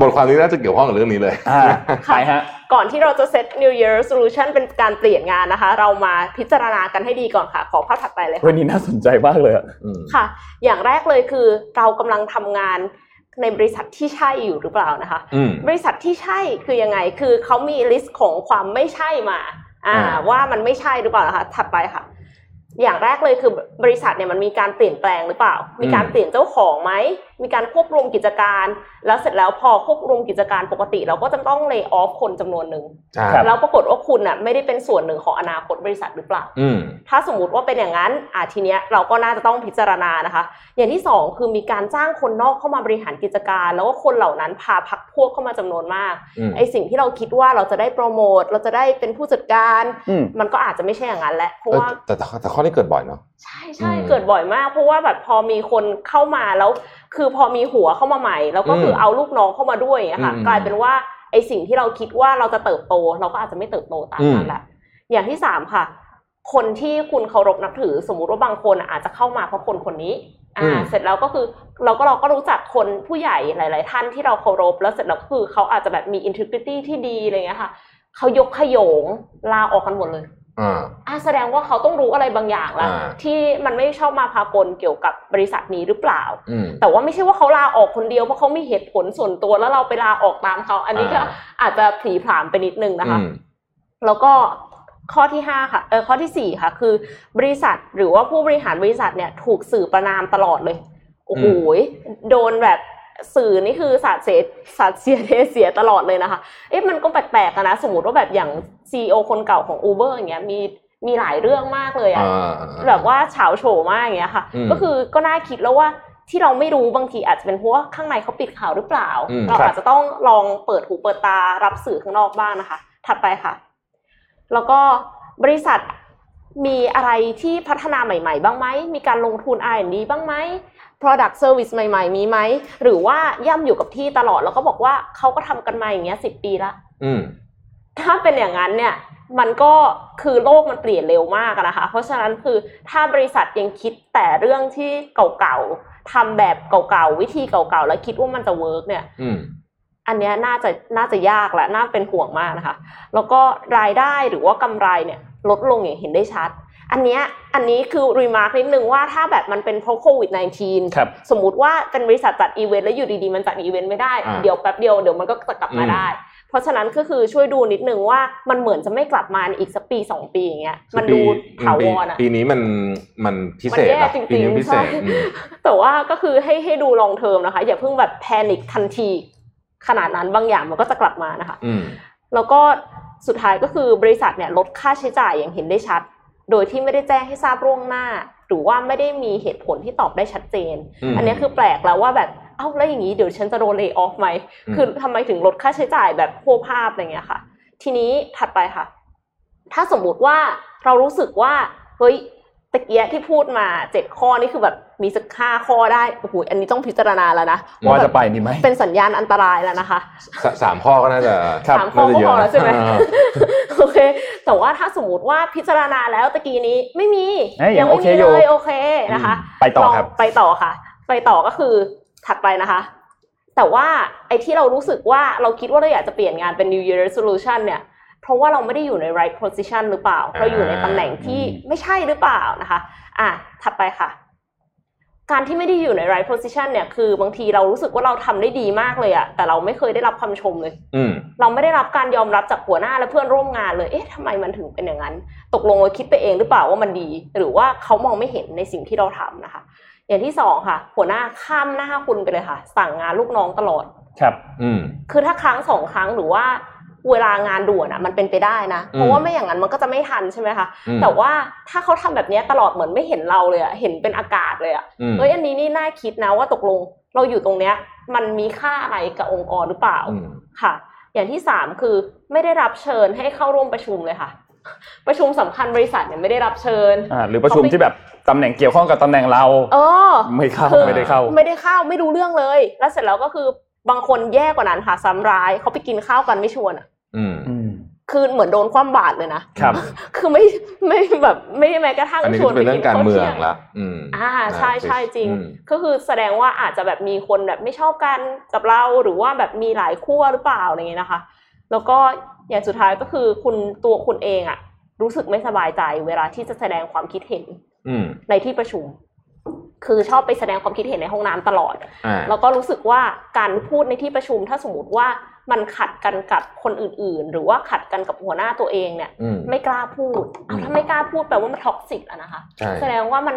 บทความนี้น่าจะเกี่ยวข้องกับเรื่องนี้เลย
อ่าไปฮะ
ก่อนที่เราจะเซต New Year Resolution เป็นการเปลี่ยนงานนะคะ เรามาพิจารณากันให้ดีก่อนค่ะ ขอภาพถัดไปเลยค่ะ
วันนี้น่าสนใจมากเลยอะ
อืม
ค่ะ อย่างแรกเลยคือเรากำลังทำงาน ในบริษัทที่ใช่อยู่หรือเปล่านะคะ
อืม
บริษัทที่ใช่คือยังไง คือเขามีลิสต์ของความไม่ใช่มา อ่า
อ่า
ว่ามันไม่ใช่หรือเปล่านะคะถัดไปค่ะ อย่างแรกเลยคือบริษัทเนี่ยมันมีการเปลี่ยนแปลงหรือเปล่า มีการเปลี่ยนเจ้าของไหม มีการควบรวมกิจการ แล้วเสร็จแล้วพอควบรวมกิจการปกติ เราก็จะต้องเล y off คนจำนวนหนึ่ง
อ่า
ครับ
แล้วปรากฏว่าคุณน่ะไม่ได้เป็นส่วนหนึ่งของอนาคตบริษัทหรือเปล่า
อืม
ถ้าสมมติว่าเป็นอย่างนั้นอ่ะทีเนี้ยเราก็น่าจะต้องพิจารณานะคะ อย่างที่สองคือมีการจ้างคนนอกเข้ามาบริหารกิจการ แล้วก็คนเหล่านั้นพาพักพวกเข้ามาจำนวนมาก
อืม
ไอสิ่งที่เราคิดว่าเราจะได้โปรโมท เราจะได้เป็นผู้จัดการ
อืม
มันก็อาจจะไม่ใช่อย่างนั้นแหละ เพราะ
เออ
ว่า
แต่แต่แต่ข้อนี้เกิดบ่อยเนาะ
ใช่ใช่
อืม
เกิดบ่อยมาก เพราะว่าแบบพอมีคนเข้ามาแล้ว คือพอมีหัวเข้ามาใหม่ แล้วก็คืออ
ม
เอาลูกน้องเข้ามาด้วยอย่างเงี้ยค่ะ
อืม
กลายเป็นว่าไอสิ่งที่เราคิดว่าเราจะเติบโต เราก็อาจจะไม่เติบโตตามนั้นแหละ อย่างที่สามค่ะ คนที่คุณเคารพนับถือ สมมุติว่าบางคนอาจจะเข้ามาเพราะคนคนนี้
อื
อ่า
ม
เสร็จแล้วก็คือเราก็เราก็รู้จักคนผู้ใหญ่หลาย ๆ ท่านที่เราเคารพแล้วเสร็จแล้วก็คือเขาอาจจะแบบมี integrity ที่ดีอะไรเงี้ยค่ะเขายกขโยงลาออกกันหมดเลย
อ่า
อ่าแสดงว่าเขาต้องรู้อะไรบางอย่างละ
อ่า
ที่มันไม่ชอบมาพากลเกี่ยวกับบริษัทนี้หรือเปล่า
อืม
แต่ว่าไม่ใช่ว่าเขาลาออกคนเดียวเพราะเขามีเหตุผลส่วนตัวแล้วเราไปลาออกตามเขาอันนี้ก็
อ่า
อาจจะผลีผลามไปนิดนึงนะคะ
อืม
แล้วก็ข้อที่ห้าค่ะ เออข้อที่สี่ค่ะ คือบริษัทหรือว่าผู้บริหารบริษัทเนี่ยถูกสื่อประนามตลอดเลย โอ้โหยโดนแบบสื่อนี่คือสาดเสียสาดเสียเทเสียตลอดเลยนะคะ เอ๊ะมันก็แปลกๆอะนะ สมมติว่าแบบอย่างซีอคนเก่าของ Uber อย่างเงี้ยมีมีหลายเรื่องมากเลยอะ
อ่า
แบบว่าเฉาโฉมากอย่างเงี้ยค่ะ
อืม
ก็คือก็น่าคิดแล้วว่าที่เราไม่รู้บางทีอาจจะเป็นเพราะว่าข้างในเขาปิดข่าวหรือเปล่า
อืม
เรา
ครับ
อาจจะต้องลองเปิดหูเปิดตารับสื่อข้างนอกบ้างนะคะ ถัดไปค่ะ แล้วก็บริษัทมีอะไรที่พัฒนาใหม่ ๆ บ้างไหม มีการลงทุน R&D บ้างไหม Product Service ใหม่ ๆ มีไหม หรือว่าย่ำอยู่กับที่ตลอดแล้วก็บอกว่าเขาก็ทำกันมาอย่างเงี้ยสิปีละ
อืม
ถ้าเป็นอย่างนั้นเนี่ย มันก็คือโลกมันเปลี่ยนเร็วมากอะนะคะ เพราะฉะนั้นคือถ้าบริษัทยังคิดแต่เรื่องที่เก่าๆทำแบบเก่าๆวิธีเก่าๆแล้วคิดว่ามันจะเวิร์กเนี่ย
อืม
อันเนี้ยน่าจะน่าจะยากและน่าเป็นห่วงมากนะคะ แล้วก็รายได้หรือว่ากำไรเนี่ยลดลงอย่างเห็นได้ชัด อันเนี้ยอันนี้คือรีมาร์คนิดนึงว่าถ้าแบบมันเป็นเพราะโควิด -19
ครับ
สมมติว่าเป็นบริษัทจัดอีเวนต์แล้วอยู่ดีๆ มันจัดอีเวนต์ไม่ได้
อ่า
เดี๋ยวแป๊บเดียวเดี๋ยวมันก็จะกลับมา
อืม
ได้ เพราะฉะนั้นก็คือช่วยดูนิดนึงว่ามันเหมือนจะไม่กลับมาในอีกสักปีสองปีอย่างเงี้ยมันดูถาวรอ่ะ
ปีนี้มันมันพิเศษ
มันแย่
อะ
จริงๆ
ปีนี้พิเศษ
ใช่
อืม
แต่ว่าก็คือให้ให้ดูลองเทอมนะคะ อย่าเพิ่งแบบแพนิคทันที ขนาดนั้นบางอย่างมันก็จะกลับมานะคะ
อืม
แล้วก็สุดท้ายก็คือบริษัทเนี่ยลดค่าใช้จ่ายอย่างเห็นได้ชัด โดยที่ไม่ได้แจ้งให้ทราบล่วงหน้า หรือว่าไม่ได้มีเหตุผลที่ตอบได้ชัดเจน
อืม
อันเนี้ยคือแปลกแล้วว่าแบบ เอ้าแล้วอย่างนี้เดี๋ยวฉันจะโดนเลย์ออฟไหม
อืม
คือทำไมถึงลดค่าใช้จ่ายแบบโคภาพอะไรเงี้ยค่ะ ทีนี้ถัดไปค่ะ ถ้าสมมุติว่าเรารู้สึกว่าเฮ้ยตะเกียะที่พูดมาเจ็ดข้อนี่คือแบบมีสักห้าข้อได้โอ้โหอันนี้ต้องพิจารณาแล้วนะ
ว่าจะไปดีไหม
เป็นสัญญาณอันตรายแล้วนะคะ
สสามข้อก็น่าจะ
สามข้อก็พอแล้วใช่ไหม
น่าจะเยอะนะ
โอเค แต่ว่าถ้าสมมติว่าพิจารณาแล้วตะกี้นี้ไม่มี
เอ้ยยัง
ไม่
โอเค
มี
อยู่
เลยโอเคนะคะ
ไปต่อครับ
ลงไปต่อค่ะ ไปต่อก็คือถัดไปนะคะ แต่ว่าไอ้ที่เรารู้สึกว่าเราคิดว่าเราอยากจะเปลี่ยนงานเป็น New Year Resolution เนี่ย เพราะว่าเราไม่ได้อยู่ใน right position หรือเปล่า
อ่า
เราอยู่ในตำแหน่งที่ไม่ใช่หรือเปล่านะคะ อ่ะถัดไปค่ะ การที่ไม่ได้อยู่ใน right position เนี่ย คือบางทีเรารู้สึกว่าเราทำได้ดีมากเลยอะแต่เราไม่เคยได้รับคำชมเลย
อืม
เราไม่ได้รับการยอมรับจากหัวหน้าและเพื่อนร่วมงานเลย เอ๊ะทำไมมันถึงเป็นอย่างนั้น ตกลงเราคิดไปเองหรือเปล่าว่ามันดี หรือว่าเขามองไม่เห็นในสิ่งที่เราทำนะคะ อย่างที่สองค่ะ หัวหน้าข้ามหน้าคุณไปเลยค่ะ สั่งงานลูกน้องตลอด
ครับ
อืม
คือถ้าครั้งสองครั้งหรือว่าเวลางานด่วนอ่ะมันเป็นไปได้นะ เพราะว่าไม่อย่างนั้นมันก็จะไม่ทันใช่ไหมคะ
อืม
แต่ว่าถ้าเขาทำแบบเนี้ยตลอดเหมือนไม่เห็นเราเลยอะเห็นเป็นอากาศเลยอะ
อืม
เฮ้ยอันนี้นี่น่าคิดนะว่าตกลงเราอยู่ตรงเนี้ย มันมีค่าอะไรกับองค์กรหรือเปล่า
อืม
ค่ะ อย่างที่สามคือไม่ได้รับเชิญให้เข้าร่วมประชุมเลยค่ะ ประชุมสำคัญบริษัทเนี่ยไม่ได้รับเชิญ
อ่าหรือประชุมที่แบบตำแหน่งเกี่ยวข้องกับตำแหน่งเรา
เออ
ไม่เข้า
คือ
ไม่ได้เข้า
ไม่ได้เข้าไม่รู้เรื่องเลย แล้วเสร็จแล้วก็คือบางคนแย่กว่านั้นค่ะซ้ำร้ายเขาไปกินข้าวกันไม่ชวนอะ
อืม
อืม
คือเหมือนโดนความบาดเลยนะครับ คือไม่ไม่แบบไม่ได้แม้กระทั่ง
อันนี้
ช
ก็
วน
จะเป็นเรื่องการเมือง
ข้วที่ย
ละอืม
อ่าใช่ใช่จริง
อืม
ก็คือแสดงว่าอาจจะแบบมีคนแบบไม่ชอบกันกับเราหรือว่าแบบมีหลายขั้วหรือเปล่าอะไรเงี้ยนะคะ แล้วก็อย่างสุดท้ายก็คือคุณตัวคุณเองอะรู้สึกไม่สบายใจเวลาที่จะแสดงความคิดเห็น
อืม
ในที่ประชุม คือชอบไปแสดงความคิดเห็นในห้องน้ำตลอด
อ่า
แล้วก็รู้สึกว่าการพูดในที่ประชุมถ้าสมมติว่ามันขัดกันกับคนอื่น ๆ หรือว่าขัดกันกับหัวหน้าตัวเองเนี่ย
อืม
ไม่กล้าพูด
อืม
ถ้าไม่กล้าพูดแปลว่ามันท็อกซิกอะนะคะ
ใช่
แสดงว่ามัน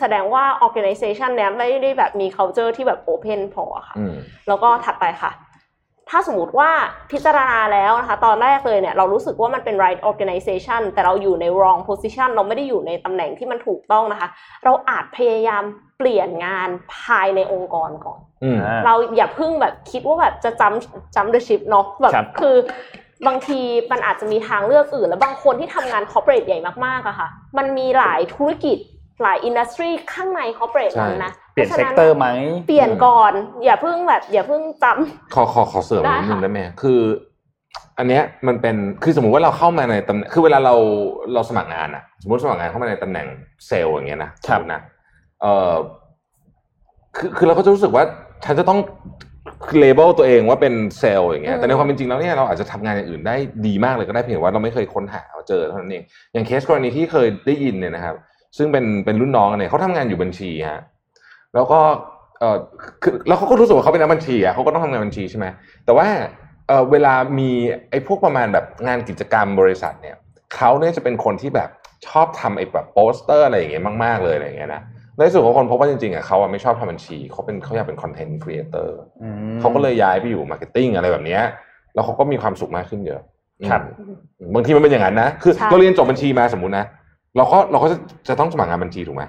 แสดงว่า organization เนี้ยไม่ได้แบบมี culture ที่แบบ open พออะค่ะ
อืม
แล้วก็ถัดไปค่ะ ถ้าสมมติว่าพิจารณาแล้วนะคะ ตอนแรกเลยเนี่ยเรารู้สึกว่ามันเป็น right organization แต่เราอยู่ใน wrong position เราไม่ได้อยู่ในตำแหน่งที่มันถูกต้องนะคะ เราอาจพยายามเปลี่ยนงานภายในองค์กรก่อน
อืม
อ่า
เราอย่าเพิ่งแบบคิดว่าแบบจะจำจำเดอะชิพเนาะแบบ
ครับ
คือบางทีมันอาจจะมีทางเลือกอื่น แล้วบางคนที่ทำงานคอร์เปอเรทใหญ่มากๆอะค่ะ มันมีหลายธุรกิจหลายอินดัสทรีข้างในคอร์เปอเรท
ใช่
นั้นนะ
เปลี่ยน
พาะฉะ
sector ไหม
เปลี่ยนก่อน อย่าเพิ่งแบบอย่าเพิ่งจ
ขอขอขอเสริม
ได้
นิดนึง
ค่ะ
ได้ไหมคือ อันเนี้ยมันเป็นคือสมมุติว่าเราเข้ามาในตำแหน่งคือเวลาเราเราสมัครงานอะสมมติสมัครงานเข้ามาในตำแหน่งเซลล์อย่างเงี้ยนะครับ สมมุตินะเอ่อคือคือเราก็จะรู้สึกว่าฉันจะต้องเลเบลตัวเองว่าเป็นเซลล์อย่างเงี้ย
อืม
แต่ในความเป็นจริงแล้วเนี่ยเราอาจจะทำงานอย่างอื่นได้ดีมากเลยก็ได้เพียงแต่ว่าเราไม่เคยค้นหาเจอเท่านั้นเองอย่างเคสกรณีที่เคยได้ยินเนี่ยนะครับ ซึ่งเป็นเป็นรุ่นน้องกันเนี่ยเขาทำงานอยู่บัญชีฮะแล้วก็เออคือแล้วเขาก็รู้สึกว่าเขาเป็นนักบัญชีอะเขาก็ต้องทำงานบัญชีใช่ไหมแต่ว่าเออเวลามีไอ้พวกประมาณแบบงานกิจกรรมบริษัทเนี่ยเขาเนี่ยจะเป็นคนที่แบบชอบทำไอ้แบบโปสเตอร์อะไรอย่างเงี้ยมากๆเลยอะไรอย่างเงี้ยนะในที่สุดเขาคนพบว่าจริงๆอะเขาอะไม่ชอบทำบัญชีเขาเป็นเขาอยากเป็นคอนเทนต์ครีเอเตอร์
อืม
เขาก็เลยย้ายไปอยู่มาร์เก็ตติ้งอะไรแบบเนี้ยแล้วเขาก็มีความสุขมากขึ้นเยอะ
ครับ
อืมบางทีมันเป็นอย่างนั้นนะคือ
ใช่
เราเรียนจบบัญชีมาสมมุตินะ เราก็เราก็จะจะต้องสมัครงานบัญชีถูกไหม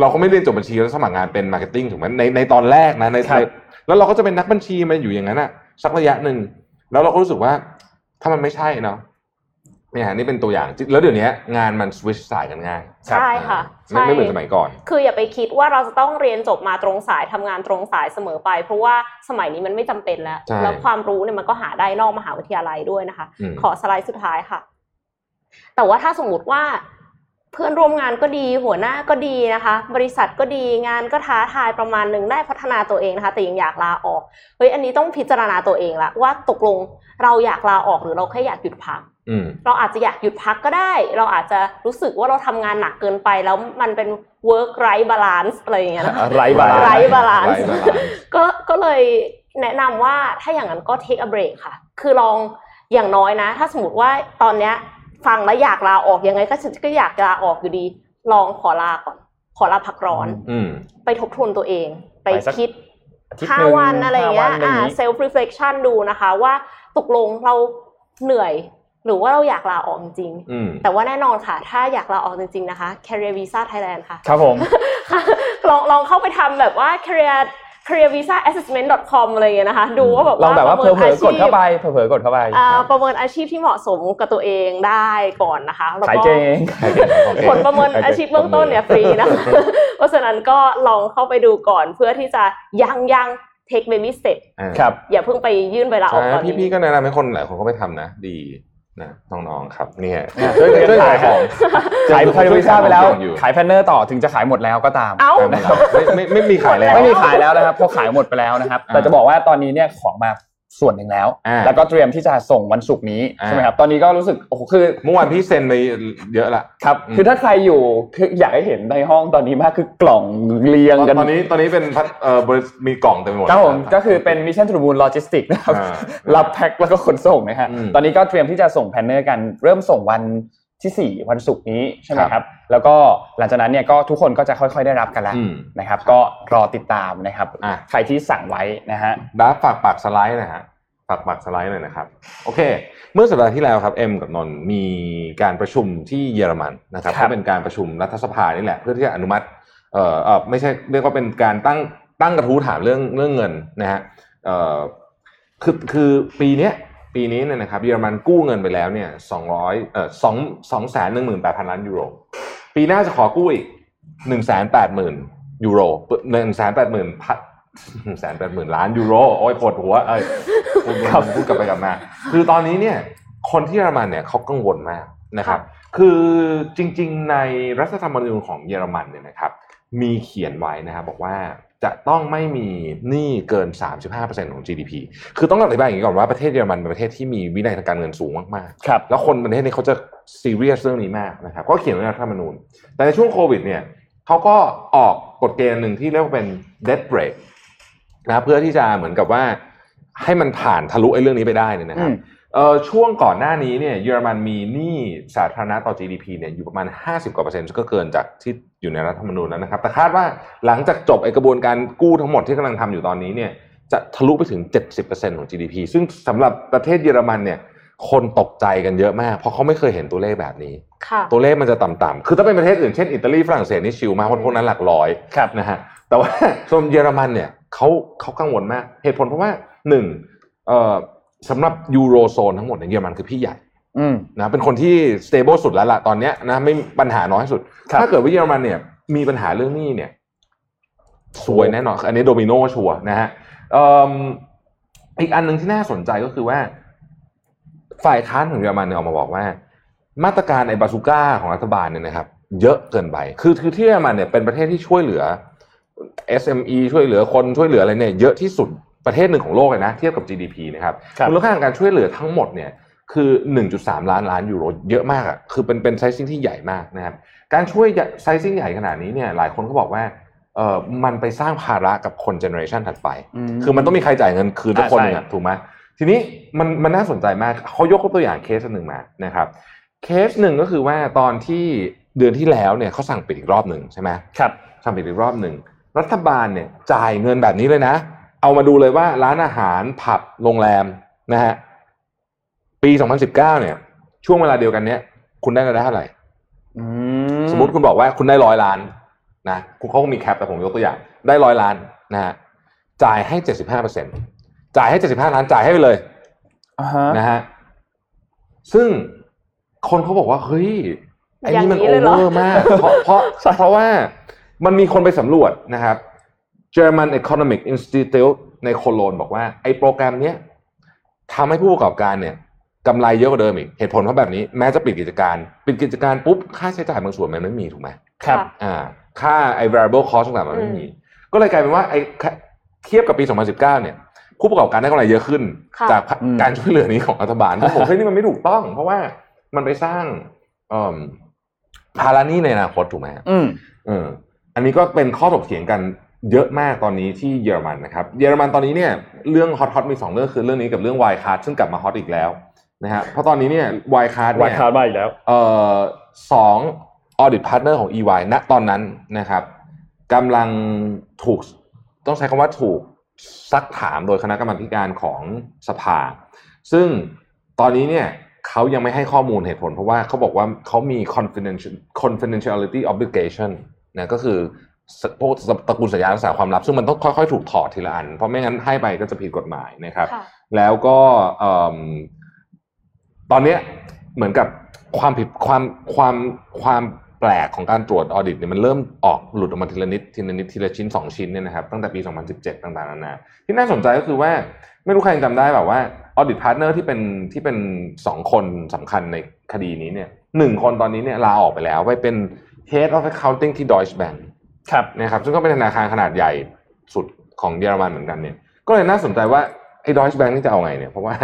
เราก็ไม่เรียนจบบัญชีแล้วสมัครงานเป็นมาร์เก็ตติ้งถูกไหมในในตอนแรกนะใน
ครับ
ในแล้วเราก็จะเป็นนักบัญชีมาอยู่อย่างนั้นอะสักระยะหนึ่งแล้วเราก็รู้สึกว่าถ้ามันไม่ใช่เนาะเนี่ยฮะนี่เป็นตัวอย่างที่แล้วเดี๋ยวนี้งานมันสวิชสายกันง่าย
ำใช่ค่ะ
ไม่
ใช่
ไม่เหมือนสมัยก่อน
คืออย่าไปคิดว่าเราจะต้องเรียนจบมาตรงสายทำงานตรงสายเสมอไป เพราะว่าสมัยนี้มันไม่จำเป็นแล้ว
ใช่
แล้วความรู้เนี่ยมันก็หาได้นอกมหาวิทยาลัยด้วยนะคะ
ม
ขอสไลด์สุดท้ายค่ะ แต่ว่าถ้าสมมติว่าเพื่อนร่วมงานก็ดีหัวหน้าก็ดีนะคะ บริษัทก็ดีงานก็ท้าทายประมาณหนึ่งได้พัฒนาตัวเองนะคะ แต่ยังอยากลาออกเฮ้ยอันนี้ต้องพิจารณาตัวเองละว่าตกลงเราอยากลาออกหรือเราแค่อยากหยุดพัก
อืม
เราอาจจะอยากหยุดพักก็ได้ เราอาจจะรู้สึกว่าเราทำงานหนักเกินไปแล้วมันเป็น work right balance อะไรอย่างเงี้ยนะคะ
ไรบาลานซ์
ไร้ balance
ไร้ balance
ก็ก็เลยแนะนำว่าถ้าอย่างนั้นก็ take a break ค่ะ คือลองอย่างน้อยนะ ถ้าสมมติว่าตอนเนี้ยฟังแล้วอยากลาออกยังไงก็ฉันก็อยากลาออกอยู่ดี ลองขอลาก่อน ขอลาพักร้อน
อืม
ไปทบทวนตัวเอง ไป
ไปสัก
คิด
อาทิตย์
ห้า
นึ่
วันอะไรอย่างเงี้ย
ห้วัน
อ่า
อะไรอย่างงี้
self reflection ดูนะคะว่าตกลงเราเหนื่อย หรือว่าเราอยากลาออกจริง
อืม
ๆแต่ว่าแน่นอนค่ะ ถ้าอยากลาออกจริงๆนะคะ career visa Thailand ค่ะ
ครับผม
ค่ะ ลองลองเข้าไปทำแบบว่า career career visa assessment com อะไรอย่างเงี้ยนะคะ ดูว่าแบบ
ลองแบบว่าเผล
ประ
อ
มิ
น ๆกดเข้าไปเผลอๆกดเข้าไป
อ่าประเมินอาชีพที่เหมาะสมกับตัวเองได้ก่อนนะคะแล้ว
ขาย
ก็
เก่ง
โอเค
ผลประเมินอาชีพเบื้องต้นเนี่ยฟรีนะคะ เพราะฉะนั้นก็ลองเข้าไปดูก่อนเพื่อที่จะยังยัง take baby step
อ่า
ครับ
อย่าเพิ่งไปยื่นใบลาออก
ใช่
ตอนนี้
พี่ๆก็แนะนำให้คนหลายคนก็ไปทำนะ ดีนะน้องๆครับเนี่ยช่วยกันช่วยขายของ
ขายพา
ช่
ริ
ย
ซ่าไปแล้ว
อยู่
ขายแพนเนอร์ต่อถึงจะขายหมดแล้วก็ตาม
เอ้า
ไม่ไม่ไม่ไม่มีขายแล้ว
ไม่มีขายแล้วนะครับเพราะขายหมดไปแล้วนะครับ แต่จะบอกว่าตอนนี้เนี่ยของมาส่วนหนึ่งแล้ว
อ่า
แล้วก็เตรียมที่จะส่งวันศุกร์นี้
อ่า
ใช่ไหมครับ ตอนนี้ก็รู้สึกโอ้โหคือ
เมื่อวานพี่เซ็นไปเยอะละ
ครับ
อืม
คือถ้าใครอยู่คืออยากให้เห็นในห้องตอนนี้มากคือกล่องเรียงกัน
ตอนนี้ตอนนี้เป็นพัดเอ่อบริษัทมีกล่องเต็มไปหมด
ครับผมก็คือเป็นมิชชั่นทรูบูลโลจิสติกนะครับ
อ่า
รับแพ็คแล้วก็ขนส่งนะฮะ
อืม
ตอนนี้ก็เตรียมที่จะส่งแพนเนอร์กันเริ่มส่งวันที่สี่วันศุกร์นี้ใช่ไหม
ครับ
ครับ แล้วก็หลังจากนั้นเนี่ยก็ทุกคนก็จะค่อย ๆ ได้รับกันแล้ว
อืม
นะครับ ก็รอติดตามนะครับ
อ่ะ
ใครที่สั่งไว้นะฮะ
ดับฝากปากสไลด์หนะฮะฝากปากสไลด์หน่อยนะครับ โอเค เมื่อสัปดาห์ที่แล้วครับเอ็มกับนนท์มีการประชุมที่เยอรมันนะครับ
ครับ
ก็เป็นการประชุมรัฐสภานี่แหละ เพื่อที่จะอนุมัติเอ่อเอ่อไม่ใช่เรียกว่าเป็นการตั้งตั้งกระทู้ถามเรื่องเรื่องเงินนะฮะเอ่อคือคือปีเนี้ยปีนี้เนี่ยนะครับเยอรมันกู้เงินไปแล้วเนี่ยสองร้อยเอ่อสองสองแสนหนึ่งหมื่นแปดพันล้านยูโร ปีหน้าจะขอกู้อีกหนึ่งแสนแปดหมื่นยูโรหนึ่งแสนแปดหมื่นพันหนึ่งแสนแปดหมื่นล้านยูโร โอ้ยปวดหัว เอ้ยพูด
ครับ
พูดกลับไปกลับมา คือตอนนี้เนี่ย คนที่เยอรมันเนี่ยเขากังวลมากนะครับ คือจริง ๆ ในรัฐธรรมนูญของเยอรมันเนี่ยนะครับ มีเขียนไว้นะครับบอกว่าจะต้องไม่มีหนี้เกิน 35%ของ GDP คือต้องอธิบายอย่างนี้ก่อนว่าประเทศเยอรมันเป็นประเทศที่มีวินัยทางการเงินสูงมากๆ
ครับ
แล้วคนประเทศนี้เขาจะซีเรียสเรื่องนี้มากนะครับ ก็เขียนไว้ในรัฐธรรมนูญ แต่ในช่วงโควิดเนี่ย เขาก็ออกกฎเกณฑ์หนึ่งที่เรียกว่าเป็น dead break นะเพื่อที่จะเหมือนกับว่าให้มันผ่านทะลุไอ้เรื่องนี้ไปได้เนี่ยนะครับ เอ่อช่วงก่อนหน้านี้เนี่ยเยอรมันมีหนี้สาธารณะต่อ GDP เนี่ยอยู่ประมาณ 50 กว่าเปอร์เซ็นต์ซึ่งก็เกินจากที่อยู่ในรัฐธรรมนูญแล้วนะครับ แต่คาดว่าหลังจากจบไอกระบวนการกู้ทั้งหมดที่กำลังทำอยู่ตอนนี้เนี่ยจะทะลุไปถึง 70%ของ GDP ซึ่งสำหรับประเทศเยอรมันเนี่ยคนตกใจกันเยอะมาก เพราะเขาไม่เคยเห็นตัวเลขแบบนี้
ค่ะ
ตัวเลขมันจะต่ำๆคือถ้าเป็นประเทศอื่นเช่นอิตาลีฝรั่งเศสนี่ชิลมากเพราะพวกนั้นหลักร้อย
ครับ
นะฮะแต่ว่า ส่วนเยอรมันเนี่ยเขาเขากังวลมาก เหตุผลเพราะว่าหนึ่งเอ่อสำหรับยูโรโซนทั้งหมดเนี่ยเยอรมันคือพี่ใหญ่
อืม
นะเป็นคนที่สเตเบิลสุดแล้วล่ะตอนเนี้ยนะไม่ปัญหาน้อยสุด
ครับ
ถ้าเกิดว่าเยอรมันเนี่ยมีปัญหาเรื่องหนี้เนี่ยซวยแน่นอน อันนี้โดมิโนชัวร์นะฮะเอิ่มอีกอันหนึ่งที่น่าสนใจก็คือว่า ฝ่ายค้านของเยอรมันเนี่ยออกมาบอกว่า มาตรการไอ้บาซูก้าของรัฐบาลเนี่ยนะครับ เยอะเกินไป คือคือที่เยอรมันเนี่ยเป็นประเทศที่ช่วยเหลือ SME ช่วยเหลือคนช่วยเหลืออะไรเนี่ยเยอะที่สุดประเทศหนึ่งของโลกเลยนะ เทียบกับ GDP นะครับ
ครับ
มูลค่าของการช่วยเหลือทั้งหมดเนี่ยคือ 1.3 ล้านล้านยูโรเยอะมากอะ่ะคือเป็นเป็นไซซิ่งที่ใหญ่มากนะครับ การช่วยไซซิ่งใหญ่ขนาดนี้เนี่ยหลายคนก็บอกว่าเออมันไปสร้างภาระกับคนเจเนอเรชันถัดไป
ม
คือมันต้องมีใครจ่ายเงินคืนทุก
อ่า
คน
ใช่
หนึ่งอะถูกไหมทีนี้มันมันน่าสนใจมากเขายกตัวอย่างเคสหนึ่งมานะครับ เคสหนึ่งก็คือว่าตอนที่เดือนที่แล้วเนี่ยเขาสั่งปิดอีกรอบหนึ่งใช่ไหม
ครับ
สั่งปิดอีกรอบหนึ่งรัฐบาลเนี่ยจ่ายเงินแบบนี้เลยนะ เอามาดูเลยว่าร้านอาหารผับโรงแรมนะฮะปี 2019 เนี่ย ช่วงเวลาเดียวกันเนี้ยคุณได้รายได้เท่าไหร่
อื
สมมติคุณบอกว่าคุณได้ร้อยล้านนะคุณเขาคงมีแคปแต่ผมยกตัวอย่าง ได้ร้อยล้านนะฮะจ่ายให้เจ็ดสิบห้าเปอร์เซ็นจ่ายให้เจ็ดสิบห้าล้านจ่ายให้ไปเลย
อ่าฮะ
นะฮะซึ่งคนเขาบอกว่าเฮ้ยไอ้นี่มัน
อ
โอย่าง
นี้เลยเหรอ
เวอร์มาก เพราะเพราะเพราะว่ามันมีคนไปสำรวจนะครับ German Economic Institute ในโคโลนบอกว่าไอ้โปรแกรมเนี้ยทำให้ผู้ประกอบการเนี่ยกำไรเยอะกว่าเดิมอีกเหตุผลเพราะแบบนี้แม้จะปิดกิจการ ปิดกิจการปุ๊บค่าใช้จ่ายบางส่วนมันไม่มีถูกไหม
ครับ
อ่าค่าไอ้ variable cost ต่างๆมันไม่มี ก็เลยกลายเป็นว่าไอ้ค่าเทียบกับปี 2019 เนี่ย ผู้ประกอบการได้กำไรเยอะขึ้น
ค่ะ
จาก
อืม
การช่วยเหลือนี้ของรัฐ บาลผมบอกเฮ้ยนี่มันไม่ถูกต้อง เพราะว่ามันไปสร้างเอิ่มภาระหนี้ในอนาคตถูกไหมฮะ
อืม
เอออันนี้ก็เป็นข้อถกเถียงกันเยอะมากตอนนี้ที่เยอรมันนะครับ เยอรมันตอนนี้เนี่ยเรื่องฮอตฮอตมีสองเรื่องคือเรื่องนี้กับเรื่องวายคาร์ดซึ่งกลับมาฮอตอีกแล้วนะฮะเพราะตอนนี้เนี่ยวายคาร์ด
วายคาร์ดมาอีกแล้ว
เอ่อสองออดิตพาร์ทเนอร์ของ EY ณตอนนั้นนะครับกำลังถูกต้องใช้คำว่าถูกซักถามโดยคณะกรรมาธิการของสภา ซึ่งตอนนี้เนี่ยเขายังไม่ให้ข้อมูลเหตุผล เพราะว่าเขาบอกว่าเขามี confidential confidentiality obligation นะก็คือสพวกตระกูลสัญญารักษาความลับ ซึ่งมันต้องค่อยๆ ถูกถอดทีละอัน เพราะไม่งั้นให้ไปก็จะผิดกฎหมายนะครับ
ค่ะ
แล้วก็เอิ่มตอนเนี้ยเหมือนกับความผิดความความความแปลกของการตรวจออดิตเนี่ยมันเริ่มออกหลุดออกมาทีละนิดทีละนิดทีละชิ้น 2 ชิ้นเนี่ยนะครับตั้งแต่ปี 2017 ต่างๆนานาที่น่าสนใจก็คือว่าไม่รู้ใครยังจำได้แบบว่าออดิตพาร์ทเนอร์ที่เป็นที่เป็น 2 คนสำคัญในคดีนี้เนี่ยหนึ่งคนตอนนี้เนี่ยลาออกไปแล้วไปเป็น Head of Accounting ที่ Deutsche Bank
ครับ
นะครับซึ่งก็เป็นธนาคารขนาดใหญ่สุดของเยอรมันเหมือนกันเนี่ย ก็เลยน่าสนใจว่าไอ้ดอยช์แบงค์นี่จะเอาไงเนี่ย เพราะ ว่า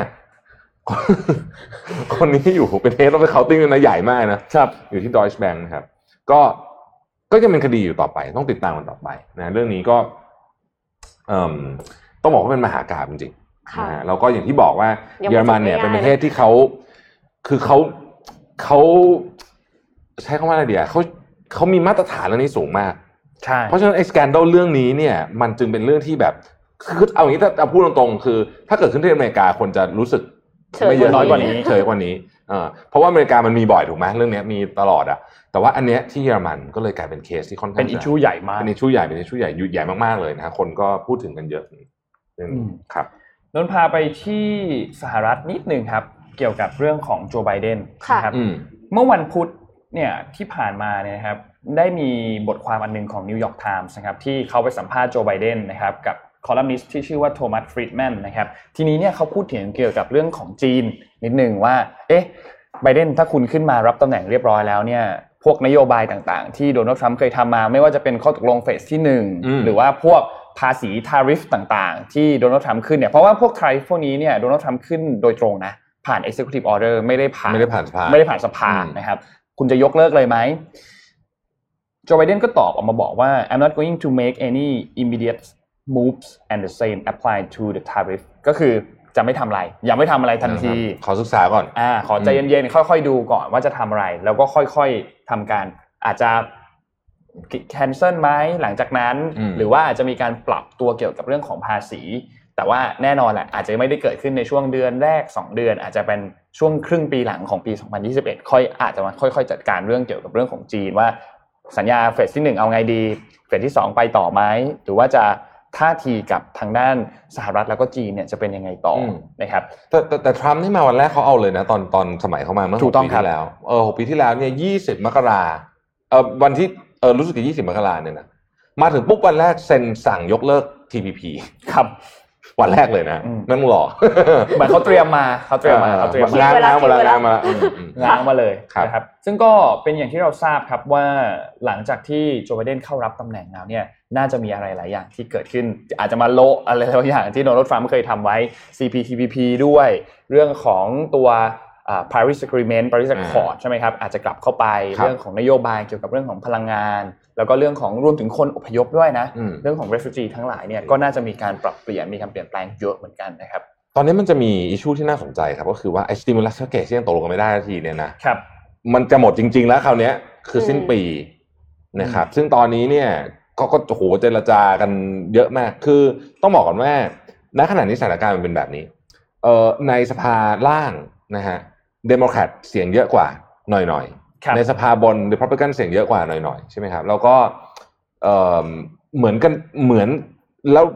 คนนี้อยู่เป็นเทสต้องไปเคาน์ติ้งนะใหญ่มากนะ
ครับ
อยู่ที่ดอยช์แบงค์นะครับ ก็ก็ยังเป็นคดีอยู่ต่อไป ต้องติดตามกันต่อไปนะเรื่องนี้ก็เอิ่มต้องบอกว่าเป็นมหากาพย์จริงๆ
ค่ะ
นะฮะแล้วก็อย่างที่บอกว่า
ยังไม่
เยอรมันเนี่ย
จบ
เป็น
ง่ายๆ
ประเทศที่เขาคือเขาเขาใช้คำว่าอะไรเดียเขาเขามีมาตรฐานเรื่องนี้สูงมาก
ใช่
เพราะฉะนั้นไอ้สแกนดลเรื่องนี้เนี่ยมันจึงเป็นเรื่องที่แบบคือเอาอย่างนี้ถ้าเอาพูดตรงๆ คือ ถ้าเกิดขึ้นที่อเมริกาคนจะรู้สึก
เฉย
ไม่เยอะ
น้อยกว่านี้
เฉยกว่านี้เออเพราะว่าอเมริกามันมีบ่อยถูกไหมเรื่องเนี้ยมีตลอดอะแต่ว่าอันเนี้ยที่เยอรมันก็เลยกลายเป็นเคสที่ค่อนข้าง
เป็นอิชชู
จะ
ใหญ่มาก
เป็นอิชูใหญ่เป็นอิชูใหญ่ใหญ่มากๆเลยนะฮะคนก็พูดถึงกันเยอะเรื่องนี้
อืม
ครับ
นนท์พาไปที่สหรัฐนิดหนึ่งครับ เกี่ยวกับเรื่องของโจไบเดน
ค่ะ
นะครับ
อืม
เมื่อวันพุธเนี่ยที่ผ่านมาเนี่ยนะครับได้มีบทความอันหนึงของ New York Times นะครับที่เขาไปสัมภาษณ์โจไบเดนนะครับกับคอลัมนิสต์ที่ชื่อว่าโทมัสฟริดแมนนะครับทีนี้เนี่ยเขาพูดถึงเกี่ยวกับเรื่องของจีนนิดหนึ่งว่าเอ๊ะไบเดนถ้าคุณขึ้นมารับตำแหน่งเรียบร้อยแล้วเนี่ยพวกนโยบายต่างๆ ที่โดนัลด์ทรัมป์เคยทำมา ไม่ว่าจะเป็นข้อตกลงเฟสที่
อืม
1 หรือว่าพวกภาษีทาริฟต่างๆ ที่โดนัลด์ทรัมป์ขึ้นเนี่ยเพราะว่าพวกทาริฟพวกนี้เนี่ยโดนัลด์ทรัมป์ขึ้นโดยตรงนะผ่าน Executive Order ไม่ได้ผ่าน
ไม่ได้ผ่านสภา
ไม่ได้ผ่านสภา
อืม
นะครับ คุณจะยกเลิกเลยไหม โจไบเดนก็ตอบออกมาบอกว่า I'm not going to make any immediate moves and the same apply to the tariff ก็คือจะไม่ทำอะไร ยังไม่ทำอะไรทันที
ขอศึกษาก่อน
อ่าขอใจเย็นๆ ค่อยๆ ดูก่อนว่าจะทำอะไร แล้วก็ค่อยๆทำการอาจจะ cancel ไหมหลังจากนั้น
อืม
หรือว่าอาจจะมีการปรับตัวเกี่ยวกับเรื่องของภาษี แต่ว่าแน่นอนแหละอาจจะไม่ได้เกิดขึ้นในช่วงเดือนแรก 2 เดือน อาจจะเป็นช่วงครึ่งปีหลังของปี 2021 ค่อยอาจจะมาค่อยๆ จัดการเรื่องเกี่ยวกับเรื่องของจีนว่า สัญญาเฟสที่ 1 เอาไงดี เฟสที่ 2 ไปต่อไหมหรือว่าจะท่าทีกับทางด้านสหรัฐแล้วก็จีนเนี่ยจะเป็นยังไงต่ออ
ม
นะครับ
แต่แต่แต่ทรัมป์นี่มาวันแรกเขาเอาเลยนะ ตอนตอนสมัยเขามาเมื่อ
ถู
ห
ก
ก
ต้อง
ปี
ครับ
ที่แล้วเออหกปีที่แล้วเนี่ยยี่สิบมกราเออวันที่เออรู้สึกจะยี่สิบมกราเนี่ยนะมาถึงปุ๊บวันแรกเซ็นสั่งยกเลิก TPP
ครับ
วันแรกเลยนะ
อืม
ไม่ต้องรอ
เหมือนเขาเตรียมมาเขาเตรียมมาเขาเตรีย
ม
ม
ออ
มา
ล้างน้ำมาล้างน้ำมา
ล้างมาเลย
ครับ
นะครับ ซึ่งก็เป็นอย่างที่เราทราบครับว่าหลังจากที่โจไบเดนเข้ารับตำแหน่งแล้วเนี่ย น่าจะมีอะไรหลายอย่างที่เกิดขึ้น อาจจะมาโละอะไรหลายอย่างที่โดนัลด์ทรัมป์เคยทำไว้ CPTPP ด้วย เรื่องของตัวอ่า Paris Agreement Paris Accord ใช่ไหมครับ อาจจะกลับเข้าไป
ครับ
เรื่องของนโยบายเกี่ยวกับเรื่องของพลังงาน แล้วก็เรื่องของรวมถึงคนอพยพด้วยนะ
อืม
เรื่องของ refugee ทั้งหลายเนี่ยก็น่าจะมีการปรับเปลี่ยนมีการเปลี่ยนแปลงเยอะเหมือนกันนะครับ
ตอนนี้มันจะมีอิชชูที่น่าสนใจครับก็คือว่าไอ้ stimulus package ที่ยังตกลงกันไม่ได้สักทีเนี่ยนะ
ครับ
มันจะหมดจริง ๆ แล้วคราวเนี้ยคืออ
ม
สิ้นปีนะครับ ซึ่งตอนนี้เนี่ยก็ก็โอ้โหเจรจากันเยอะมาก คือต้องบอกก่อนว่าณขณะนี้สถานการณ์มันเป็นแบบนี้ เอ่อในสภาล่างนะฮะเดโมแครตเสียงเยอะกว่าหน่อย
ครับ
ๆในสภาบนเดโมแครตเสียงเยอะกว่าหน่อยๆใช่ไหมครับ แล้วก็เอ่อเหมือนกันเหมือนแล้ว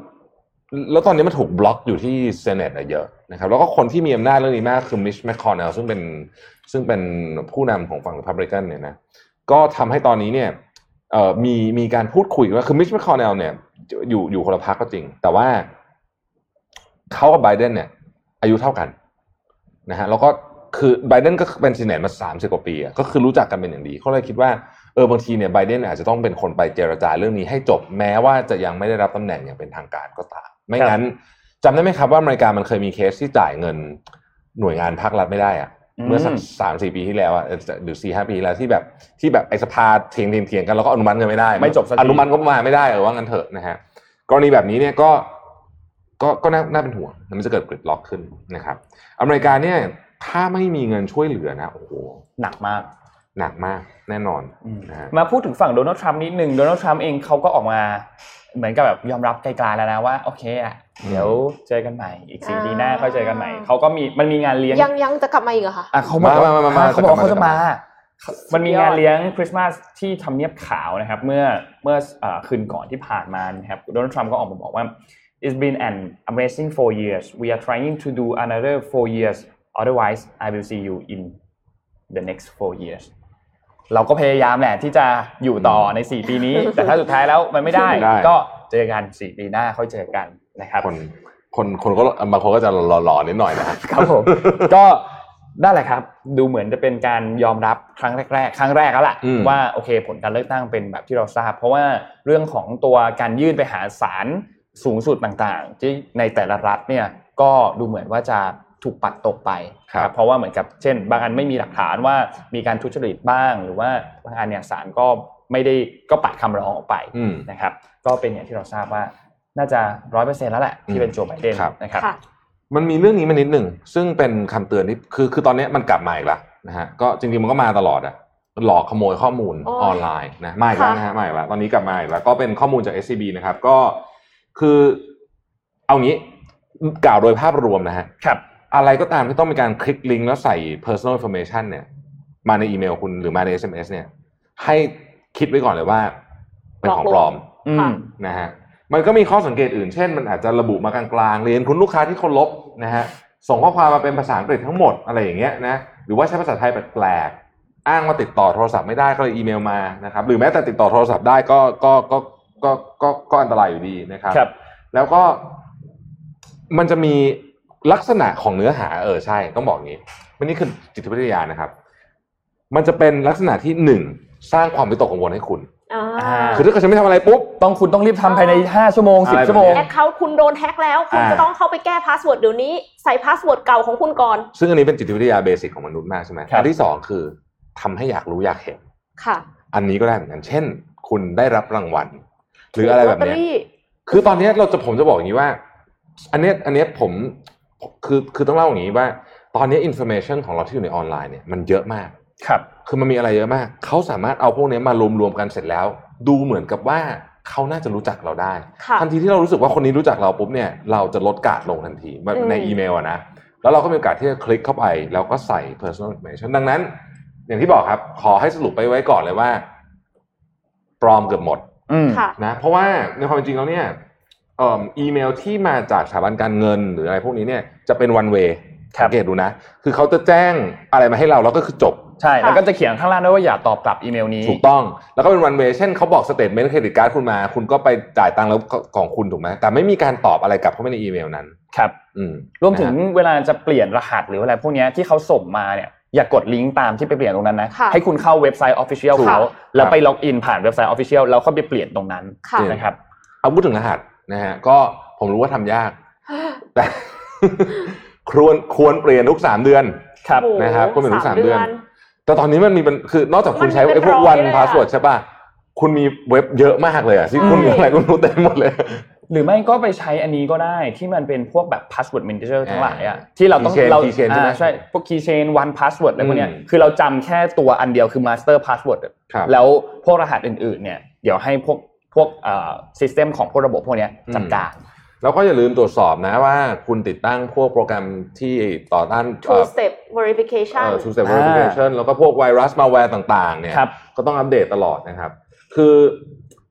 แล้วตอนนี้มันถูกบล็อกอยู่ที่เซเนตเยอะนะครับ แล้วก็คนที่มีอำนาจเรื่องนี้มากคือมิชแมคคอนเนลซึ่งเป็น ซึ่งเป็นผู้นำของฝั่ง r ับริกันเนี่ยนะก็ทำให้ตอนนี้เนี่ยเอ่อมีมีการพูดคุยว่าคือมิชแมคคอนเนลเนี่ยอยู่อยู่คนละพรรคก็จริง แต่ว่าเขากับไบเดนเนี่ย อายุเท่ากันนะฮะแล้วก็คือไบเดนก็เป็นซีเนตมาสามสิบกว่าปีอะก็คือรู้จักกันเป็นอย่างดีเขาเลยคิดว่าเออบางทีเนี่ยไบเดนอาจจะต้องเป็นคนไปเจรจาเรื่องนี้ให้จบแม้ว่าจะยังไม่ได้รับตำแหน่งอย่างเป็นทางการก็ตาม ไม่งั้นจำได้ไหมครับว่าอเมริกามันเคยมีเคสที่จ่ายเงินหน่วยงานภาครัฐไม่ได้อะ เมื่อสักสามสี่ปีที่แล้วอะเอ่อหรือสี่ห้าปีที่แล้วที่แบบที่แบบไอ้สภาเถียงเถียงเถียงกันแล้วก็อนุมัติกันไม่ได้
ไม่จบสักที
อนุมัติก็มาไม่ได้เออว่างั้นเถอะนะฮะกรณีแบบนี้เนี่ยก็ก็ก็น่าน่าเป็นห่วงมันจะเกิดกริดล็อกขึ้นนะครับ อเมริกาเนี่ยถ้าไม่มีเงินช่วยเหลือนะโอ้โห
หนักมาก
หนักมากแน่นอนนะฮะ
มาพูดถึงฝั่งโดนัลด์ทรัมป์นิดหนึ่งโดนัลด์ทรัมป์เองเขาก็ออกมาเหมือนกับแบบยอมรับไกลๆแล้วนะว่า โอเคอ่ะ
อืม
เดี๋ยวเจอกันใหม่ อีกสี่
อ่า
ปีหน้าค่อยเจอกันใหม่เขาก็มีมันมีงานเลี้ยง
ยังยังจะกลับมาอีกเหรอคะ
อ่ะเขาบอก
มามามามา
เขาบอกว่าเขา
จะกลั
จะ
บมา
มา มันมีงานเลี้ยงคริสต์มาสที่ทำเนียบขาวนะครับ เมื่อเมื่อเอ่อคืนก่อนที่ผ่านมานะครับโดนัลด์ทรัมป์ก็ออกมาบอกว่า it's been an amazing four years we are trying to do another four years otherwise I will see you in the next four years เราก็พยายามแหละที่จะอยู่ต่อใน 4 ปี นี้ แต่ถ้าสุดท้ายแล้วมันไม่ได้
ไม่ได้
ก็เจอกัน 4 ปีหน้าค่อยเจอกันนะครับ
คนคนคนก็บางคนก็จะหล่อๆนิดหน่อยนะฮะ
ครับ ผม ก็นั่นแหละครับ ดูเหมือนจะเป็นการยอมรับครั้งแรก ๆ ครั้งแรกแล้วล่ะ
อืม
ว่าโอเคผลการเลือกตั้งเป็นแบบที่เราทราบ เพราะว่าเรื่องของตัวการยื่นไปหาศาลสูงสุดต่างๆ ที่ในแต่ละรัฐเนี่ยก็ดูเหมือนว่าจะถูกปัดตกไป
ครับ
เพราะว่าเหมือนกับเช่น บางอันไม่มีหลักฐานว่ามีการทุจริตบ้าง หรือว่าบางอันเนี่ยศาลก็ไม่ได้ก็ปัดคำร้องออกไป
อืม
นะครับ ก็เป็นอย่างที่เราทราบว่าน่าจะร้อยเปอร์เซ็นแล้วแหละที่เป็นโจไบเดน
ครับ
นะครับ
ค่ะ
มันมีเรื่องนี้มานิดหนึ่งซึ่งเป็นคำเตือนที่คือคือตอนเนี้ยมันกลับมาอีกแล้วนะฮะก็จริงๆมันก็มาตลอดอะหลอกขโมยข้อมูล
โอ้ย
ออนไลน์นะมาอีกแล้ว
ค่ะ
นะฮะมาอีกแล้วตอนนี้กลับมาอีกแล้วก็เป็นข้อมูลจาก SCB นะครับ ก็คือเอางี้กล่าวโดยภาพรวมนะฮะ
ครับ
อะไรก็ตามที่ต้องมีการคลิกลิงก์แล้วใส่ personal information เนี่ย มาในอีเมลคุณหรือมาใน SMS เนี่ย ให้คิดไว้ก่อนเลยว่า เป็นของปลอม
อืม
นะฮะมันก็มีข้อสังเกตอื่น เช่น มันอาจจะระบุมากลางๆเรียนคุณลูกค้าที่เคารพนะฮะส่งข้อความมาเป็นภาษาอังกฤษทั้งหมดอะไรอย่างเงี้ยนะหรือว่าใช้ภาษาไทยแปลกๆอ้างว่าติดต่อโทรศัพท์ไม่ได้ก็เลยอีเมลมานะครับหรือแม้แต่ติดต่อโทรศัพท์ได้ก็ก็ก็ก็ก็ก็อันตรายอยู่ดีนะครับ
ครับ
แล้วก็มันจะมีลักษณะของเนื้อหาเออใช่ต้องบอกอย่างนี้มันนี่คือจิตวิทยานะครับ มันจะเป็นลักษณะที่หนึ่งสร้างความวิตกกังวลให้คุณ
อ่า
คือถ้าเกิดฉันไม่ทำอะไรปุ๊บ
ต้องคุณต้องรีบทำภายใน 5 ชั่วโมง
อะไร
10 ชั่วโมง
แบบ
แอ
นี้
คเคาท์คุณโดนแฮ็กแล้ว คุณ
อ่า
จะต้องเข้าไปแก้พาสเวิร์ดเดี๋ยวนี้ใส่พาสเวิร์ดเก่าของคุณก่อน
ซึ่งอันนี้เป็นจิตวิทยาเบสิกของมนุษย์มากใช่ไหม
ครับ
อันที่สองคือทำให้อยากรู้อยากเห็น
ค่ะ
อันนี้ก็ได้เหมือนกัน เช่น คุณได้รับรางวัล หรืออะไรแบบ
ลต
เนี้ย
เตอรี่
คือตอนเนี้ยเราจะผมจะบอกอย่างนี้ว่า อันเนี้ยอันเนี้ยผมคือคือต้องเล่าอย่างนี้ว่า ตอนเนี้อินโฟเมชันของเราที่อยู่ในออนไลน์เนี่ยมันเยอะมาก
ครับ
คือมันมีอะไรเยอะมาก เขาสามารถเอาพวกเนี้ยมารวมๆกันเสร็จแล้ว ดูเหมือนกับว่าเขาน่าจะรู้จักเราได้
ค่ะ
ทันทีที่เรารู้สึกว่าคนนี้รู้จักเราปุ๊บเนี่ยเราจะลดการ์ดลงทันทีแบบ
อืม
ในอีเมลอะนะแล้วเราก็มีโอกาสที่จะคลิกเข้าไป แล้วก็ใส่ personal information ดังนั้น อย่างที่บอกครับ ขอให้สรุปไปไว้ก่อนเลยว่าปลอมเกือบหมด
อืม
ค่ะ
นะเพราะว่าในความเป็นจริงแล้วเนี่ยเอิ่มอีเมลที่มาจากสถาบันการเงินหรืออะไรพวกนี้เนี่ยจะเป็น one way
ครั
สั
บ
งเกตดูนะ คือเขาจะแจ้งอะไรมาให้เราแล้วก็คือจบ
ใช่ แล้วก็จะเขียนข้างล่างด้วยว่าอย่าตอบกลับอีเมลนี้
ถูกต้อง แล้วก็เป็น one way เช่นเขาบอกสเต t เมนต์เครดิตการ์ดคุณมา คุณก็ไปจ่ายตังค์แล้วของคุณถูกไหมแต่ไม่มีการตอบอะไรกลับเข้าไปในอีเมลนั้น
ครับ
อืม
รวมถึง
นะคบ
เวลาจะเปลี่ยนรหัสหรืออะไรพวกเนี้ยที่เขาส่งมาเนี่ย อย่ากดลิงก์ตามที่ไปเปลี่ยนตรงนั้นนะ
ค่ะ
ให้คุณเข้าเว็บไซต์ออฟฟิเชียล
ถูก
เขาแล้วไปล็อกอินผ่านเว็บไซต์ออฟฟิเชียลแล้วก็ไปเปลี่ยนตรงนั้น
ค่ะ
นะครับ
เอาพูดถึงรหัสนะฮะก็ผมรู้ว่าทำยาก แต่ ควรควรเปลี่ยนทุกสามเดือน
ครับ
โอ้โห
นะครับก็เหมือนสามเดือน
ส
แต่ตอนนี้มันมีเป็นคือนอกจากคุณใช้
มันมี
ไอ้พวก
เป็
วัน น
ร้อยเลยอะ
พาสเวิร์ดใช่ป่ะ คุณมีเว็บเยอะมากเลยอ่ะที่คุณ
ใช่
อะไรคุณรู้เต็มหมดเลย
หรือไม่ก็ไปใช้อันนี้ก็ได้ที่มันเป็นพวกแบบ password manager ทั้งหลายอ่ะ
อ่า
ที่เราต้อง
keychain
เรา
keychain ใช่ไหม
อ่าใช่ พวก keychain one password อะไรพวกเนี้ย
อืม
คือเราจำแค่ตัวอันเดียวคือ master password อะ
ครับ
แล้วพวกรหัสอื่นๆเนี่ยเดี๋ยวให้พวกพวกเอ่อ system ของพวกระบบพวกเนี้ยจัดการ
แล้วก็อย่าลืมตรวจสอบนะว่าคุณติดตั้งพวกโปรแกรมที่ต่อต้าน
two step verification
ทูสเตปเวอร์พิเคชันแล้วก็พวกไวรัสมาแวร์ต่างๆ เนี่ย
ครับ
ก็ต้องอัปเดตตลอดนะครับ คือ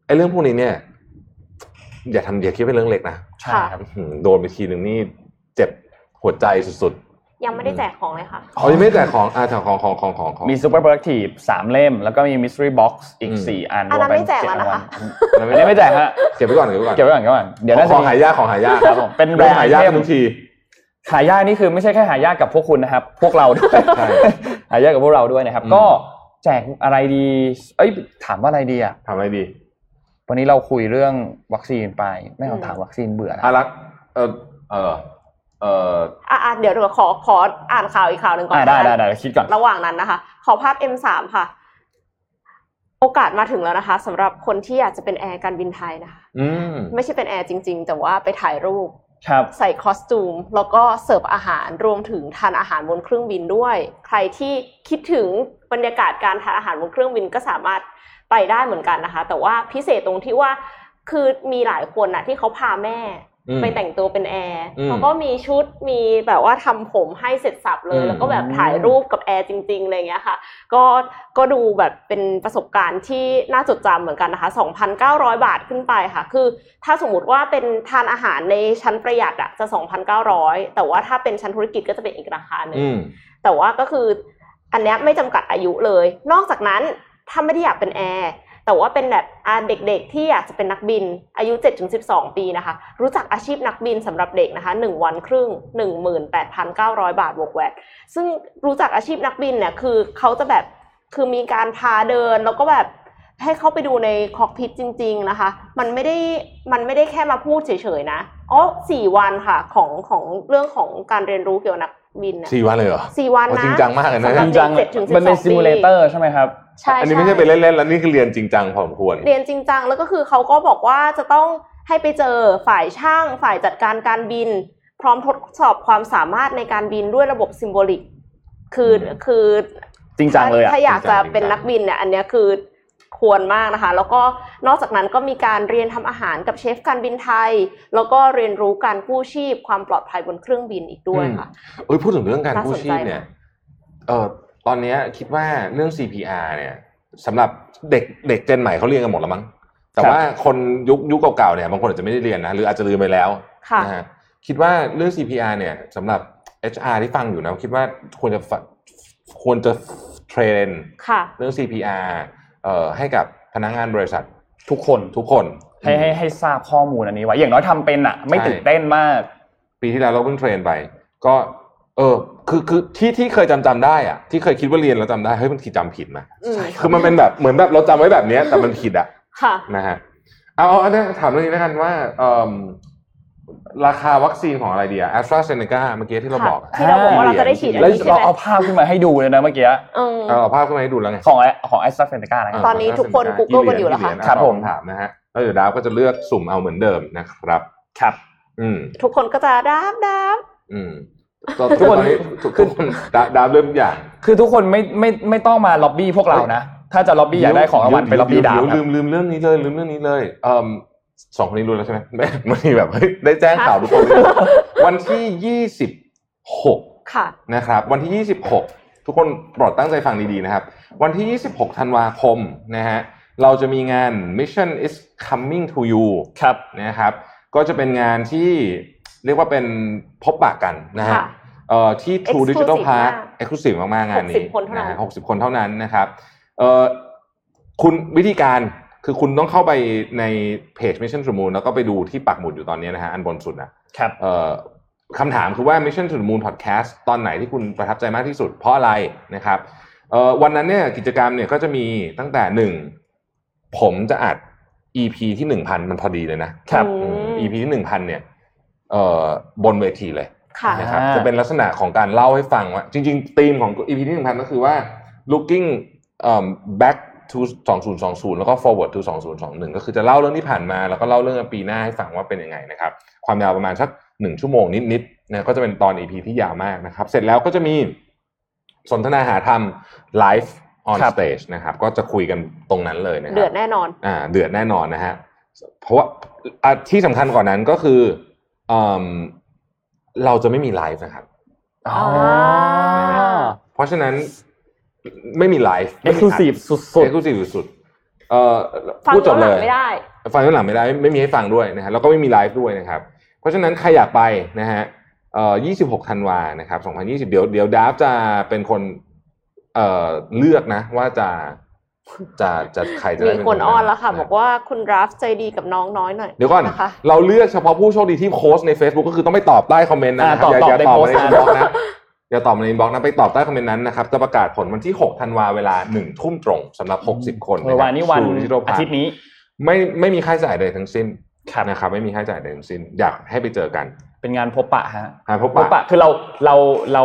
ไอ้เรื่องพวกนี้เนี่ย อย่าทำอย่าคิดเป็นเรื่องเล็กนะ
ใช่ครับ
อื้อหือโดนไปทีหนึ่งนี่เจ็บหัวใจสุด
ยังไม่ได้แจกของเลยค่ะ
ๆเขายังไม่แจกของอาแจกของของของของของ
มี super productive สามเล่ม แล้วก็มี mystery box อีก
อืม
สี่อัน
อันนั้น
รว
ไม่แจกแล้วนะคะ
อันนั้น
เป็นเจ็ดอันอันนี้ไม่แจกฮะ
เก็บไว้ก่อนเก็บไว้ก่อน
เก็บไว้ก่อนเก็บไว้ก่อนเดี๋ยวน่าจะ
ของ
มี
หายากของหายาก
ครับผมเป็นแบร
เรื่อน ง
ด์
หายาก
ไอเทม
ทุกที
หายากนี่คือไม่ใช่แค่หายากกับพวกคุณนะครับ พวกเราด้วย
ใช่
หายากกับพวกเราด้วยนะครับ
อืม
ก็แจกอะไรดี เอ้ยถามว่าอะไรดีอ่ะ
ทำอะไรดี
วันนี้เราคุยเรื่องวัคซีนไป ไม่เอา
อืม
ถามวัคซีนเบื่อแล้ว
อารักษ์เออเออเออ
อ่ะอ่ะเดี๋ยวเราขอขออ่านข่าวอีกข่าวหนึ่งก่อ
อ่าน ได้
นะคะ
ได้ได้คิดก่อน
ระหว่างนั้นนะคะ ขอภาพ M3 ค่ะ โอกาสมาถึงแล้วนะคะสำหรับคนที่อยากจะเป็นแอร์การบินไทยนะคะ
อืม
ไม่ใช่เป็นแอร์จริง ๆ แต่ว่าไปถ่ายรูป
ครับ
ใส่คอสตูม แล้วก็เสิร์ฟอาหารรวมถึงทานอาหารบนเครื่องบินด้วย ใครที่คิดถึงบรรยากาศการทานอาหารบนเครื่องบินก็สามารถไปได้เหมือนกันนะคะ แต่ว่าพิเศษตรงที่ว่าคือมีหลายคนนะที่เขาพาแม่
อืม
ไปแต่งตัวเป็นแอร์
อืม
เขาก็มีชุดมีแบบว่าทำผมให้เสร็จสับเล
อื
ย
ม
แล้วก็แบบถ่ายรูปกับแอร์จริงๆอะไรอย่างเงี้ยค่ะ ก็ก็ดูแบบเป็นประสบการณ์ที่น่าจดจำเหมือนกันนะคะ 2,900 บาทขึ้นไปค่ะ คือถ้าสมมติว่าเป็นทานอาหารในชั้นประหยัดอะจะ 2,900 แต่ว่าถ้าเป็นชั้นธุรกิจก็จะเป็นอีกราคาหนึ่ง
อืม
แต่ว่าก็คืออันเนี้ยไม่จำกัดอายุเลย นอกจากนั้นถ้าไม่ได้อยากเป็นแอร์แต่ว่าเป็นแบบอ่าเด็กๆ ที่อยากจะเป็นนักบินอายุ 7-12 ปีนะคะ รู้จักอาชีพนักบินสำหรับเด็กนะคะ 1 วันครึ่ง 18,900 บาทบวกแวตซึ่งรู้จักอาชีพนักบินเนี่ยคือเขาจะแบบคือมีการพาเดินแล้วก็แบบให้เข้าไปดูในคอกพิทจริง ๆนะคะ มันไม่ได้มันไม่ได้แค่มาพูดเฉยๆนะอ๋อสี่วันค่ะของของเรื่องของการเรียนรู้เกี่ยวกับนักบินเนี่ย
สี่วันเลยเหรอ
สี่วันนะ
โอ้จริงจังมากเลยนะ
สำห
จ
รับ
ริงจัง
เด็ก7ถึง
มันเป็น
12
ซิมูเลเตอร์ใช่ไหมครับ
ใช่
อันนี้ไม่ใช่ไป
เ
เล่นๆแล้วนี่คือเรียนจริงจังพอสมควร
รียนจริงจังแล้วก็คือเขาก็บอกว่าจะต้องให้ไปเจอฝ่ายช่างฝ่ายจัดการการบิน พร้อมทดสอบความสามารถในการบินด้วยระบบซิมโบลิก คือ
อืม
คือ
จริงจังเลยอ่ะ
ถ้าอยากจะ
จริงจัง
เป็นนักบินเนี่ยอันเนี้ยคือควรมากนะคะ แล้วก็นอกจากนั้นก็มีการเรียนทำอาหารกับเชฟการบินไทย แล้วก็เรียนรู้การกู้ชีพความปลอดภัยบนเครื่องบินอีกด้วยค่ะ
เอ้ยพูดถึงเรื่องการ
น่า
กู้
สนใจ
ชีพเนี่ย เออตอนเนี้ยคิดว่าเรื่อง CPR เนี่ยสำหรับเด็กเด็กเจนใหม่เขาเรียนกันหมดแล้วมั้ง แต่
ครับ
ว่าคนยุคยุคเก่าๆเนี่ยบางคนอาจจะไม่ได้เรียนนะหรืออาจจะลืมไปแล้ว
ค่ะ
นะฮะคิดว่าเรื่อง CPR เนี่ยสำหรับ HR ที่ฟังอยู่นะคิดว่าควรจะฝควรจะเทรน
ค่ะ
เรื่อง CPR เอ่อให้กับพนักงานบริษัท
ทุกคน
ทุกคน
ให้ให้ให้ทราบข้อมูลอันนี้ไว้อย่างน้อยทำเป็นอ่ะ ไม่ตื่นเต้นมาก
ปีที่แล้วเราเพิ่งเทรนไป ก็เออคือคือที่ที่เคยจำจำได้อะที่เคยคิดว่าเรียนแล้วจำได้เฮ้ยบางทีจำผิดนะ
อืม
คือมันเป็นแบบเหมือนแบบเราจำไว้แบบเนี้ยแต่มันผิดอะ
ค่ะ
นะฮะเอาเอาเอาถามเรื่องนี้แล้วกันว่าเอ่ม ราคาวัคซีนของอะไรดีอะแอสตราเซเนกาเมื่อกี้ที่เรา
ค่ะ
บอกอะ
ที่เราบอกว่าเราจะได้ฉีดอัน
แล้ว
นี้ใช่
เรา
ไหม
เอาภาพขึ้นมาให้ดูเลยนะเมื่อกี้
เออ
เออเอาภาพขึ้นมาให้ดูแล้วไง
ของไอของแอสตราเซเนกานะครับ
ตอนนี้ทุกคน Google กันอยู่เหรอคะ
ค
ครั
รับบผ
ผม ม
ถามนะฮะแล้วเดี๋ยวดาวก็จะเลือกสุ่มเอาเหมือนเดิมนะครับ
ครับ
อืม
ทุกคนก็จะดับดับ
อืมตอนทุกคนตอนนี้ทุกคนดาวดาวเริ่มอย่าง
คือทุกคนไม่ไม่ไม่ต้องมาล็อบบี้พวกเรานะ ถ้าจะล็อบบี้อยากได้ของรางวัลไปล็อบบี้ดาว
เย
ครั
ลื
บ
มลืมเรื่องนี้เลยลืมเรื่องนี้เลยเอ่มสองคนนี้รู้แล้วใช่ไหมไม่ไมันแบบเฮ้ยได้แจ้งข่าวทุกคนเลยวันที่ยี่สิบหก
ค่ะ
นะครับวันที่ 26 ทุกคนโปรดตั้งใจฟังดีๆนะครับ วันที่ 26 ธันวาคมนะฮะเราจะมีงาน Mission is coming to you
ครับ
นะครับก็จะเป็นงานที่เรียกว่าเป็นพบปะกันนะฮะ
ค่ะ
เอ่อที่ True Digital
Exclusive
Park
มาก
Exclusive มากๆงานนี้
60คนเท่านั้น
ฮ60 คนเท่านั้นนะครับเอ่อคุณวิธีการคือคุณต้องเข้าไปในเพจ Mission to the Moon แล้วก็ไปดูที่ปักหมุดอยู่ตอนนี้นะฮะอันบนสุดนะ
ครับ
เอ่อคำถามคือว่า Mission to the Moon Podcast ตอนไหนที่คุณประทับใจมากที่สุด เพราะอะไรนะครับเอ่อวันนั้นเนี่ยกิจกรรมเนี่ยก็จะมีตั้งแต่หนึ่งผมจะอัด EP ที่หนึ่งพันมันพอดีเลยนะครับ อื
อื
ม
ม
EP ที่หนึ่งพันเนี่ยเอ่อบนเวทีเลย
ค่ะ
นะครับ
อ่า
จะเป็นลักษณะของการเล่าให้ฟังว่า จริงๆธีมของ EP ที่หนึ่งพันก็คือว่า looking เอิ่ม back to 2020 แล้วก็ forward to 2021 ก็คือจะเล่าเรื่องที่ผ่านมา แล้วก็เล่าเรื่องปีหน้าให้ฟังว่าเป็นยังไงนะครับ ความยาวประมาณสักหนึ่งชั่วโมงนิดๆนะก็จะเป็นตอน EP ที่ยาวมากนะครับ เสร็จแล้วก็จะมีสนทนาหาธรรมไลฟ์ออน
ครั
ส
บ
เตจนะครับ ก็จะคุยกันตรงนั้นเลยนะครั
เดือดแน่นอน
อ่าเดือดแน่นอนนะฮะ เพราะว่าอ่ะที่สำคัญกว่อนนั้นก็คือเอิ่มเราจะไม่มีไลฟ์นะครับ
อ๋อ
เพราะฉะนั้นไม่มีไลฟ์
เอ็กซ์คลูซีฟสุด
เอ็กซ์คลูซีฟสุดๆเอ่อ
ฟัง
พูดจ
ย้อบ นห
เล
ลัง
ย
ไม่ได้
ฟังย้อนหลังไม่ได้ ไม่มีให้ฟังด้วยนะฮะแล้วก็ไม่มีไลฟ์ด้วยนะครับ เพราะฉะนั้นใครอยากไปนะฮะเอ่อ26ธันวานะครับ 2020 เดี๋ยวเดี๋ยวดาฟจะเป็นคนเอ่อเลือกนะ ว่าจะจะจะใครจะได้
มี
เป็
คนอ้อนแล้วค่ะ
รับ
บอกว่าคุณราฟใจดีกับน้องน้อยหน่อย
เดี๋ยวก่อน
นะคะ
เราเลือกเฉพาะผู้โชคดีที่โพสต์ใน Facebook ก็คือต้องไปตอบใต้คอมเมนต์นะครั
อ่าตอบ
อย่า
ตอ
อย่าตอบ
บในโพส
ใน
ต์
อินบ็อกซ์นะอย่าตอบในอินบ็อกซ์นะไปตอบใต้คอมเมนต์นั้นนะครับจะประกาศผลวันที่ 6 ธันวาเวลา 1 ทุ่มตรงสำหรับ 60 คน
เออวันนี้วัน
อา
อา
ทิ
ทิ
ตย์
ตย์
นี้
นี้
ไม่ไม่มีค่าใช้จ่ายใดทั้งสิ้น
ครับ
นะครับไม่มีค่าใช้จ่ายใดทั้งสิ้น อยากให้ไปเจอกัน
เป็นงานพบปะฮะ
หาพบ
พบ
ปะ
ปะคือเราเราเรา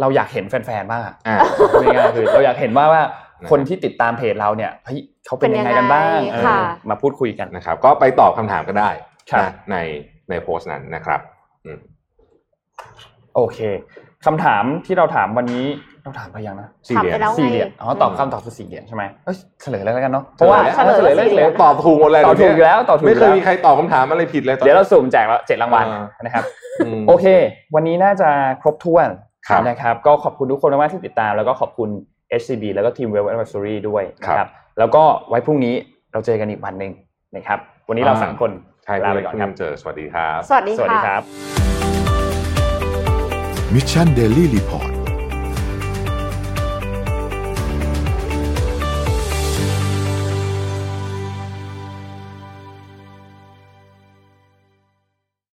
เราอยากเห็นแฟนๆบ้างอะ
อ่า
พูดง่ายๆคือเราอยากเห็นว่าว่า
นะครับ
คนที่ติดตามเพจเราเนี่ยเฮ้ยเขาเป็นยังไงกันบ้าง
เป็นยังไง
เออ
ค่ะ
มาพูดคุยกัน
นะครับก็ไปตอบคำถามก็ได้
ครับ
นะในในโพสต์นั้นนะครับ
โอเคคำถามที่เราถามวันนี้เราถามไปยังนะ
สี่
ถาม
เหรีย
ไป
ญ
แล้วไง
สี่เหรียญอ๋อตอบคำตอบคือสี่เหรียญใช่ไหมเอ้ยเฉลยแล้วกันเนาะเพ
เพราะ
ราะว่า
ว่า
เฉลย
เฉลย
แว
เฉลย
แล้ว
ตอบถูกหมดเลย
ตอบถูกอยู่แล้วตอบถูก
ไม่
อ
เคย
แล้ว
มีใครตอบคำถามอะไรผิดเลยตอน
เดี๋ยว
นี้
เราสุ่มแจกแล้วเจ็ดรางวัล
อ่าน
นะครับ
ม
โอเค วันนี้น่าจะครบถ้วน
ครับ
นะครับ ก็ขอบคุณทุกคนมากๆที่ติดตาม แล้วก็ขอบคุณ HCB แล้วก็ทีม Web Advisory ด้วยนะ
ค
ค
รั
รั
บบ
แล้วก็ไว้พรุ่งนี้เราเจอกันอีกวันหนึ่งนะครับ วันนี้เรา
อ่า
สามคน
ใช่
ลา
ไป
ไป
ก่
ก่
อ
อน น
ค
ค
รั
รั
บบ เจอสวัสดีครับ
สวัสดี
สวัสดี
ค่ะ
ครับ
มิชชันเดลี่รีพอร์ต